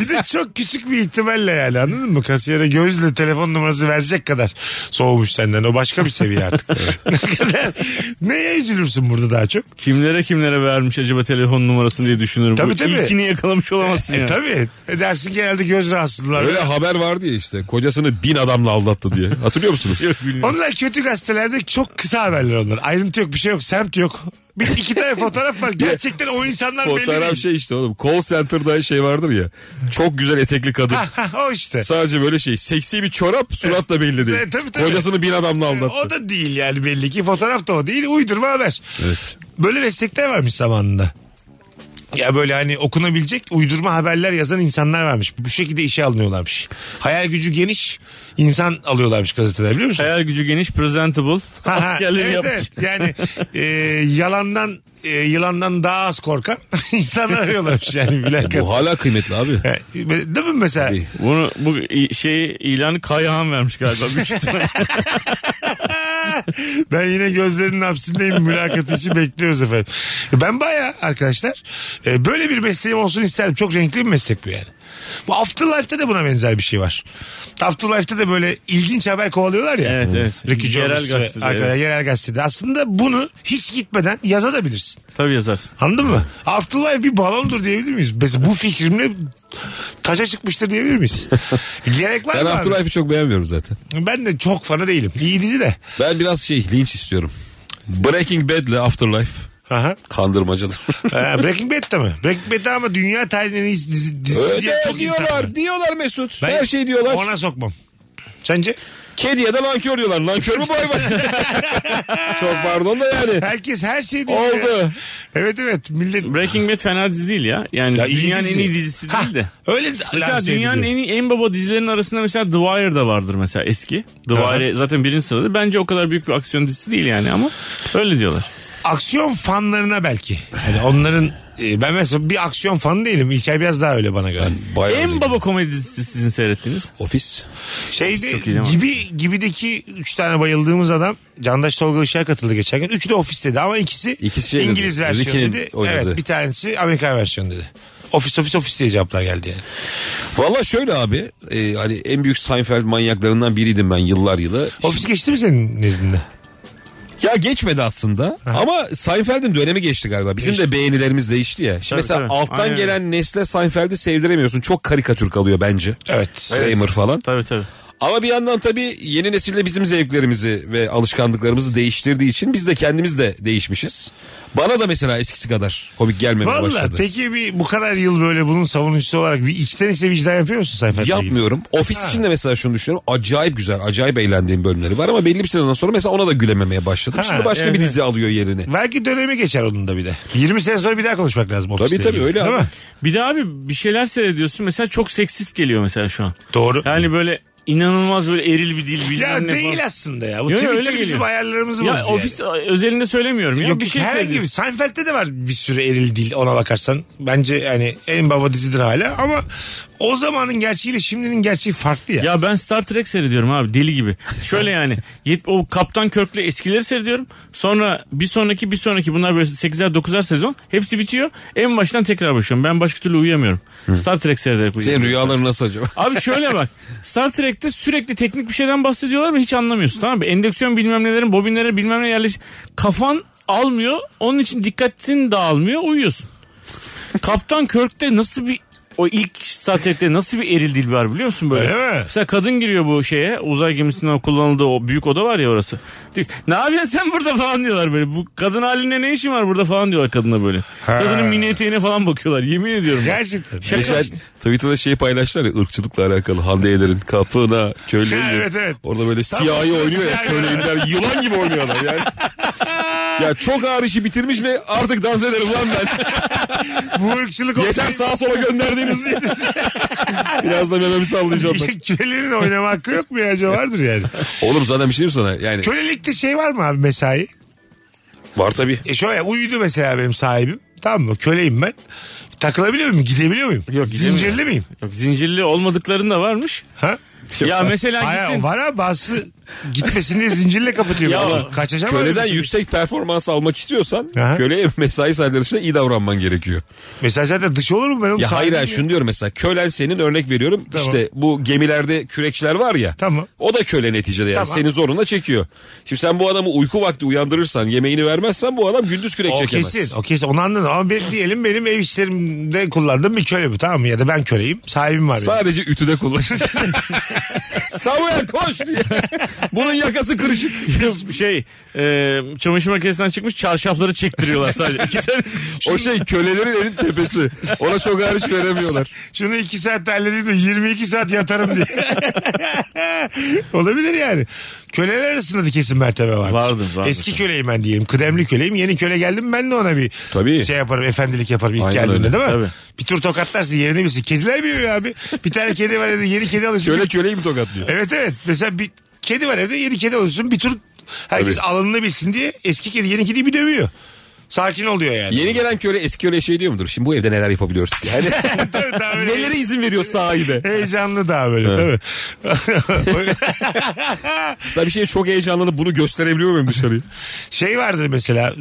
Speaker 3: Bir de çok küçük bir ihtimalle yani anladın mı? Kasiyere gözle telefon numarası verecek kadar soğumuş senden. O başka bir seviye artık. ne kadar neye üzülürsün burada daha çok?
Speaker 5: Kimlere kimlere vermiş acaba telefon numarasını diye düşünürüm.
Speaker 3: Tabii,
Speaker 5: Bu
Speaker 3: tabii.
Speaker 5: İlkini yakalamış olamazsın ya.
Speaker 3: E tabii. E dersin genelde göz rahatsızlıkları.
Speaker 4: Öyle haber vardı ya işte kocasını bin adamla aldattı diye. Hatırlıyor musunuz?
Speaker 3: Onlar kötü gazetelerde çok kısa haberler onlar. Ayrıntı yok, bir şey yok, semt yok. Bir iki tane fotoğraf var. Gerçekten o insanlar belli
Speaker 4: Fotoğraf
Speaker 3: değil.
Speaker 4: şey işte oğlum call center'da şey vardır ya. Çok güzel etekli kadın.
Speaker 3: Ha, ha, o işte.
Speaker 4: Sadece böyle şey seksi bir çorap suratla belli değil.
Speaker 3: E, tabii, tabii. E,
Speaker 4: Kocasını bin adamla aldattı.
Speaker 3: O da değil yani belli ki. Fotoğraf da o değil. Uydurma haber.
Speaker 4: Evet.
Speaker 3: Böyle meslekler varmış zamanında. Ya böyle hani okunabilecek uydurma haberler yazan insanlar varmış. Bu şekilde işe alınıyorlarmış. Hayal gücü geniş insan alıyorlarmış gazeteler biliyor musun?
Speaker 5: Hayal gücü geniş, presentable.
Speaker 3: Ha, ha,
Speaker 5: Askerleri
Speaker 3: evet,
Speaker 5: yapmış.
Speaker 3: evet. Yani e, yalandan e, yılandan daha az korkan insanlar arıyorlarmış yani. Bilakis.
Speaker 4: Bu hala kıymetli abi.
Speaker 3: Ha, Değil mi mesela?
Speaker 4: Tabii.
Speaker 5: Bunu bu i- şeyi ilanı Kayahan vermiş galiba. Büyük ihtimal.
Speaker 3: ben yine gözlerinin hapsindeyim mülakatı için bekliyoruz efendim. Ben baya arkadaşlar e, böyle bir mesleğim olsun isterim. Çok renkli bir meslek bu yani. Bu Afterlife'da da buna benzer bir şey var. Afterlife'da da böyle ilginç haber kovalıyorlar ya.
Speaker 5: Evet, evet.
Speaker 3: Ricky
Speaker 5: Yerel
Speaker 3: Gerald
Speaker 5: gazetede,
Speaker 3: Arkadaşlar,
Speaker 5: evet.
Speaker 3: Yerel gazetede. Aslında bunu hiç gitmeden yazabilirsin.
Speaker 5: Tabii yazarsın.
Speaker 3: Anladın mı? Afterlife bir balondur diyebilir miyiz? Mesela bu fikrimle taca çıkmıştır diyebilir miyiz? Gerek var
Speaker 4: Ben
Speaker 3: mı? abi?
Speaker 4: Afterlife'ı çok beğenmiyorum zaten.
Speaker 3: Ben de çok fanı değilim. İyi dizi de.
Speaker 4: Ben biraz şey linç istiyorum. Breaking Bad'le Afterlife
Speaker 3: Aha.
Speaker 4: kandırmacadır.
Speaker 3: Ha, Breaking Bad'de mi? Breaking Bad'de ama dünya tarihinin en iyisi dizi, dizisi diye
Speaker 4: Öyle
Speaker 3: çok insan. var.
Speaker 4: diyorlar, diyorlar Mesut.
Speaker 3: Ben
Speaker 4: Her şey diyorlar.
Speaker 3: Ona sokmam. Sence?
Speaker 4: Kedi ya da nankör diyorlar. Nankör mü bu hayvan? Çok pardon da yani.
Speaker 3: Herkes her şey diyor. ya.
Speaker 4: Oldu.
Speaker 3: Evet evet. Millet
Speaker 5: Breaking Bad fena dizi değil ya. Yani
Speaker 3: Ya iyi
Speaker 5: dünyanın
Speaker 3: dizi. şey
Speaker 5: en iyi dizisi değil de.
Speaker 3: öyle de-
Speaker 5: Mesela
Speaker 3: lanse
Speaker 5: dünyanın
Speaker 3: ediliyor.
Speaker 5: en iyi en baba dizilerinin arasında mesela The Wire da vardır mesela eski. The
Speaker 3: Aha.
Speaker 5: Wire zaten birinci sırada. Bence o kadar büyük bir aksiyon dizisi değil yani ama öyle diyorlar.
Speaker 3: Aksiyon fanlarına belki. Yani onların e, ben mesela bir aksiyon fanı değilim. İlker biraz daha öyle bana göre.
Speaker 4: Bayağı
Speaker 5: en
Speaker 4: değil.
Speaker 5: baba komedi dizisi sizin seyrettiğiniz.
Speaker 4: Ofis.
Speaker 3: Şeyde
Speaker 5: Çok iyi ama.
Speaker 3: Şey gibi gibideki üç tane bayıldığımız adam Candaş Tolga Işık'a katıldı geçen gün. Üçü de ofis dedi ama ikisi
Speaker 4: İkisi şey dedi,
Speaker 3: İngiliz versiyonu
Speaker 4: Ricky'nin
Speaker 3: dedi.
Speaker 4: oynadı.
Speaker 3: Evet bir tanesi Amerikan versiyonu dedi. Ofis ofis ofis diye cevaplar geldi yani.
Speaker 4: Valla şöyle abi. e, hani en büyük Seinfeld manyaklarından biriydim ben yıllar yılı.
Speaker 3: Ofis geçti mi senin nezdinde?
Speaker 4: Ya geçmedi aslında ama Seinfeld'in dönemi geçti galiba. Bizim de beğenilerimiz değişti ya. Şimdi
Speaker 5: Tabii,
Speaker 4: mesela
Speaker 5: tabii.
Speaker 4: alttan
Speaker 5: Aynen öyle.
Speaker 4: gelen nesle Seinfeld'i sevdiremiyorsun. Çok karikatür kalıyor bence.
Speaker 3: Evet.
Speaker 4: Kramer falan.
Speaker 5: Tabii tabii.
Speaker 4: Ama bir yandan tabii yeni nesilde bizim zevklerimizi ve alışkanlıklarımızı değiştirdiği için biz de kendimiz de değişmişiz. Bana da mesela eskisi kadar komik gelmemeye
Speaker 3: Valla
Speaker 4: başladı.
Speaker 3: peki bir bu kadar yıl böyle bunun savunucusu olarak bir içten içe vicdan yapıyor musun sayfasına?
Speaker 4: Yapmıyorum. Ofis için de mesela şunu düşünüyorum. Acayip güzel, acayip eğlendiğim bölümleri var ama belli bir süreden sonra mesela ona da gülememeye başladım.
Speaker 3: Ha,
Speaker 4: Şimdi başka bir
Speaker 5: evet.
Speaker 4: dizi alıyor yerini.
Speaker 3: Belki dönemi geçer onun da bir de. 20 sene sonra bir daha konuşmak lazım ofiste.
Speaker 4: Tabii tabii öyle
Speaker 3: Değil
Speaker 4: abi.
Speaker 3: mi?
Speaker 5: Bir de abi bir şeyler seyrediyorsun mesela çok seksist geliyor mesela şu an.
Speaker 3: Doğru.
Speaker 5: Yani böyle inanılmaz böyle eril bir dil bilmem
Speaker 3: ya
Speaker 5: ne
Speaker 3: değil
Speaker 5: falan.
Speaker 3: aslında ya. Bu
Speaker 5: Yo, yo,
Speaker 3: Twitter
Speaker 5: öyle
Speaker 3: bizim
Speaker 5: geliyor.
Speaker 3: ayarlarımızı
Speaker 5: Ya
Speaker 3: bozdu yani.
Speaker 5: ofis özelinde söylemiyorum ya.
Speaker 3: Yok,
Speaker 5: bir şey
Speaker 3: herhangi bir
Speaker 5: seyrediyorsun.
Speaker 3: Seinfeld'de de var bir sürü eril dil ona bakarsan. Bence yani en baba dizidir hala ama o zamanın gerçeğiyle şimdinin gerçeği farklı ya.
Speaker 5: Ya ben Star Trek seyrediyorum abi deli gibi. Şöyle yani yet- o Kaptan Körk'le eskileri seyrediyorum. Sonra bir sonraki bir sonraki bunlar böyle 8'er 9'er sezon. Hepsi bitiyor. En baştan tekrar başlıyorum. Ben başka türlü uyuyamıyorum. Star Trek seyrederek uyuyorum.
Speaker 4: Senin rüyaların nasıl acaba?
Speaker 5: Abi şöyle bak. Star Trek'te sürekli teknik bir şeyden bahsediyorlar ve hiç anlamıyorsun tamam mı? Endeksiyon bilmem nelerin, bobinlere bilmem ne yerleş... Kafan almıyor. Onun için dikkatin dağılmıyor. Uyuyorsun. Kaptan Kirk'te nasıl bir o ilk Star Trek'te nasıl bir eril dil var biliyor musun böyle?
Speaker 3: Öyle mi?
Speaker 5: Mesela kadın giriyor bu şeye uzay gemisinden kullanıldığı o büyük oda var ya orası. Diyor, ki, ne yapıyorsun sen burada falan diyorlar böyle. Bu kadın haline ne işin var burada falan diyorlar kadına böyle. Kadının mini eteğine falan bakıyorlar yemin ediyorum.
Speaker 3: Gerçekten.
Speaker 4: Geçen Twitter'da şeyi paylaştılar ya ırkçılıkla alakalı Hande Yener'in kapına köyleyim.
Speaker 3: Ha, evet, evet.
Speaker 4: Orada böyle
Speaker 3: Tam
Speaker 4: siyahi oynuyor ya
Speaker 3: siyahi.
Speaker 4: köyleyimler yılan gibi oynuyorlar yani. Ya çok ağır işi bitirmiş ve artık dans ederim lan ben.
Speaker 3: Bu ırkçılık
Speaker 4: Yeter sağa sola gönderdiğiniz diye. Biraz da mememi sallayacağım ben.
Speaker 3: Kölenin oynama hakkı yok mu ya? Acaba vardır yani.
Speaker 4: Oğlum zaten bir şey diyeyim sana. Yani
Speaker 3: Kölelikte şey var mı abi mesai?
Speaker 4: var tabii.
Speaker 3: E şöyle uyudu mesela benim sahibim. Tamam mı? Köleyim ben. Takılabiliyor muyum? Gidebiliyor muyum?
Speaker 5: Yok, gidemiyorum.
Speaker 3: Zincirli miyim?
Speaker 5: Yok, zincirli olmadıkların da varmış.
Speaker 3: Ha?
Speaker 5: Ya mesela
Speaker 3: Hayır,
Speaker 5: gittin.
Speaker 3: var abi bazısı gitmesin diye zincirle kapatıyor.
Speaker 5: Ya
Speaker 3: Ama
Speaker 5: bak,
Speaker 3: Kaçacağım
Speaker 4: Köleden
Speaker 3: abi.
Speaker 4: yüksek performans almak istiyorsan
Speaker 3: Aha.
Speaker 4: köleye mesai saatleri içinde iyi davranman gerekiyor.
Speaker 3: Mesela zaten dış olur mu benim
Speaker 4: Ya hayır hayır, şunu diyorum mesela kölen senin örnek veriyorum
Speaker 3: Tamam.
Speaker 4: işte bu gemilerde kürekçiler var ya
Speaker 3: Tamam.
Speaker 4: o da köle neticede yani
Speaker 3: Tamam.
Speaker 4: seni zoruna çekiyor. Şimdi sen bu adamı uyku vakti uyandırırsan yemeğini vermezsen bu adam gündüz kürek
Speaker 3: O
Speaker 4: çekemez.
Speaker 3: kesin, o kesin. Onu anladım. Ama ben, diyelim benim ev işlerimde kullandığım bir köle bu tamam mı? Ya da ben köleyim. Sahibim var benim.
Speaker 4: Sadece ütüde kullan. Samuel koş diye. Bunun yakası kırışık.
Speaker 5: şey e, çamaşır makinesinden çıkmış çarşafları çektiriyorlar sadece. İki tane.
Speaker 4: O şey kölelerin elin tepesi. Ona çok hariç veremiyorlar.
Speaker 3: Şunu iki saatte halledeyim de 22 saat yatarım diye. Olabilir yani. Köleler arasında da kesin mertebe vardır.
Speaker 5: Vardır, vardır.
Speaker 3: Eski köleyim ben diyelim. Kıdemli köleyim. Yeni köle geldim ben de ona bir
Speaker 4: Tabii.
Speaker 3: şey yaparım. Efendilik yaparım ilk
Speaker 4: Aynen
Speaker 3: geldiğinde
Speaker 4: öyle.
Speaker 3: değil mi?
Speaker 5: Tabii.
Speaker 3: Bir tur tokatlarsın yerini bilsin. Kediler biliyor abi. Bir tane kedi var evde yeni kedi alıyorsun.
Speaker 4: Köle köleyi mi tokatlıyor?
Speaker 3: Evet evet. Mesela bir kedi var evde yeni kedi alıyorsun. Bir tur herkes
Speaker 4: Tabii.
Speaker 3: alanını bilsin diye eski kedi yeni kediyi bir dövüyor. Sakin oluyor yani.
Speaker 4: Yeni gelen köle eski köle şey diyor mudur? Şimdi bu evde neler yapabiliyoruz? Yani
Speaker 3: Tabii, daha böyle
Speaker 4: nelere izin veriyor sahibe?
Speaker 3: Heyecanlı daha böyle tabii.
Speaker 4: Mesela bir şeye çok heyecanlanıp bunu gösterebiliyor muyum dışarıya?
Speaker 3: şey vardır mesela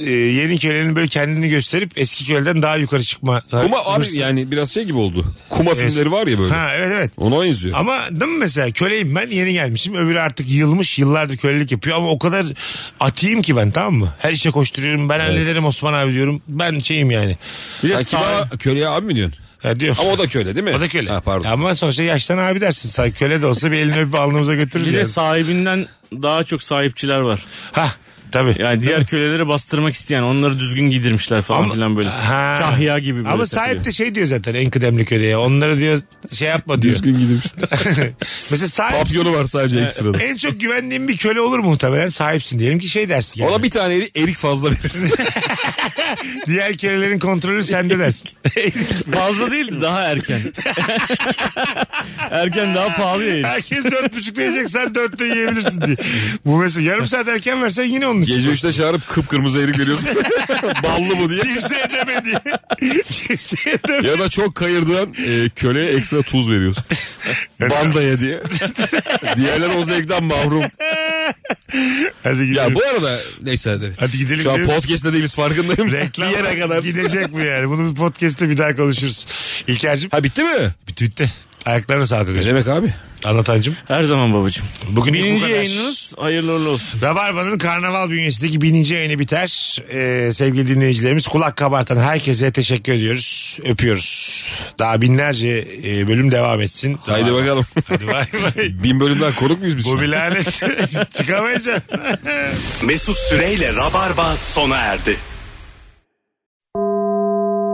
Speaker 3: e, yeni kölenin böyle kendini gösterip eski köleden daha yukarı çıkma.
Speaker 4: Kuma abi
Speaker 3: hırsı.
Speaker 4: yani biraz şey gibi oldu. Kuma
Speaker 3: Evet.
Speaker 4: filmleri var ya böyle.
Speaker 3: Ha evet evet.
Speaker 4: Ona benziyor.
Speaker 3: Ama değil mi mesela köleyim ben yeni gelmişim öbürü artık yılmış yıllardır kölelik yapıyor ama o kadar atayım ki ben tamam mı? Her işe koşturuyorum ben hallederim Osman abi diyorum ben şeyim yani.
Speaker 5: Bir
Speaker 4: Sen
Speaker 5: de
Speaker 4: kime
Speaker 5: sağ-
Speaker 4: köleye abi mi diyorsun?
Speaker 3: Ya diyorum.
Speaker 4: Ama o da köle değil mi?
Speaker 3: O da köle.
Speaker 4: Ha, pardon.
Speaker 3: Ama sonuçta yaştan abi dersin. Sen köle de olsa bir elini öpüp alnımıza götürürüz
Speaker 5: bir de
Speaker 3: yani.
Speaker 5: sahibinden daha çok sahipçiler var.
Speaker 3: Hah tabii.
Speaker 5: Yani diğer köleleri bastırmak isteyen onları düzgün giydirmişler falan
Speaker 3: Ama-
Speaker 5: filan böyle.
Speaker 3: Ha.
Speaker 5: Kahya gibi böyle.
Speaker 3: Ama sahip de şey diyor zaten en kıdemli köleye. Onlara diyor şey yapma diyor.
Speaker 4: Düzgün gidmişler.
Speaker 3: Mesela sahip
Speaker 4: Papyonu var sadece ekstrada.
Speaker 3: en çok güvendiğim bir köle olur muhtemelen sahipsin diyelim ki şey dersin yani.
Speaker 4: Ona bir tane erik fazla verirsin.
Speaker 3: Diğer kölelerin kontrolü sende dersin.
Speaker 5: Fazla değil daha erken. erken daha pahalı ya. herif.
Speaker 3: Herkes dört buçukta yiyecek sen dörtte yiyebilirsin diye. Bu mesela yarım saat erken versen yine onun için.
Speaker 4: Gece 3'te çağırıp kıpkırmızı erik veriyorsun. Ballı bu diye.
Speaker 3: Kimse edeme diye. Kimse edeme.
Speaker 4: Ya da çok kayırdığın e, köleye ekstra tuz veriyorsun. Bandaya diye. Diğerler o zevkten mahrum.
Speaker 3: Hadi gidelim.
Speaker 4: Ya bu arada neyse hadi.
Speaker 3: Hadi gidelim
Speaker 4: Şu an
Speaker 3: diyoruz.
Speaker 4: podcast'te değiliz farkındayım.
Speaker 3: Reklam
Speaker 4: Bir yere kadar.
Speaker 3: gidecek bu yani. Bunu podcast'te bir daha konuşuruz. İlker'cim
Speaker 4: Ha bitti mi?
Speaker 3: bitti bitti. Ayaklarına sağlık.
Speaker 4: Ne
Speaker 3: hocam.
Speaker 4: demek abi?
Speaker 3: Anlatancım.
Speaker 5: Her zaman babacığım.
Speaker 3: Bugün bu
Speaker 5: Birinci
Speaker 3: kadar.
Speaker 5: yayınınız hayırlı uğurlu olsun.
Speaker 3: Rabarba'nın karnaval bünyesindeki bininci yayını biter. Ee, sevgili dinleyicilerimiz kulak kabartan herkese teşekkür ediyoruz. Öpüyoruz. Daha binlerce e, bölüm devam etsin.
Speaker 4: Haydi bakalım.
Speaker 3: Hadi bay bay.
Speaker 4: Bin bölümden konuk muyuz biz?
Speaker 3: Bu
Speaker 4: şimdi?
Speaker 3: bir lanet. Çıkamayacaksın.
Speaker 2: Mesut Süreyle Rabarba sona erdi.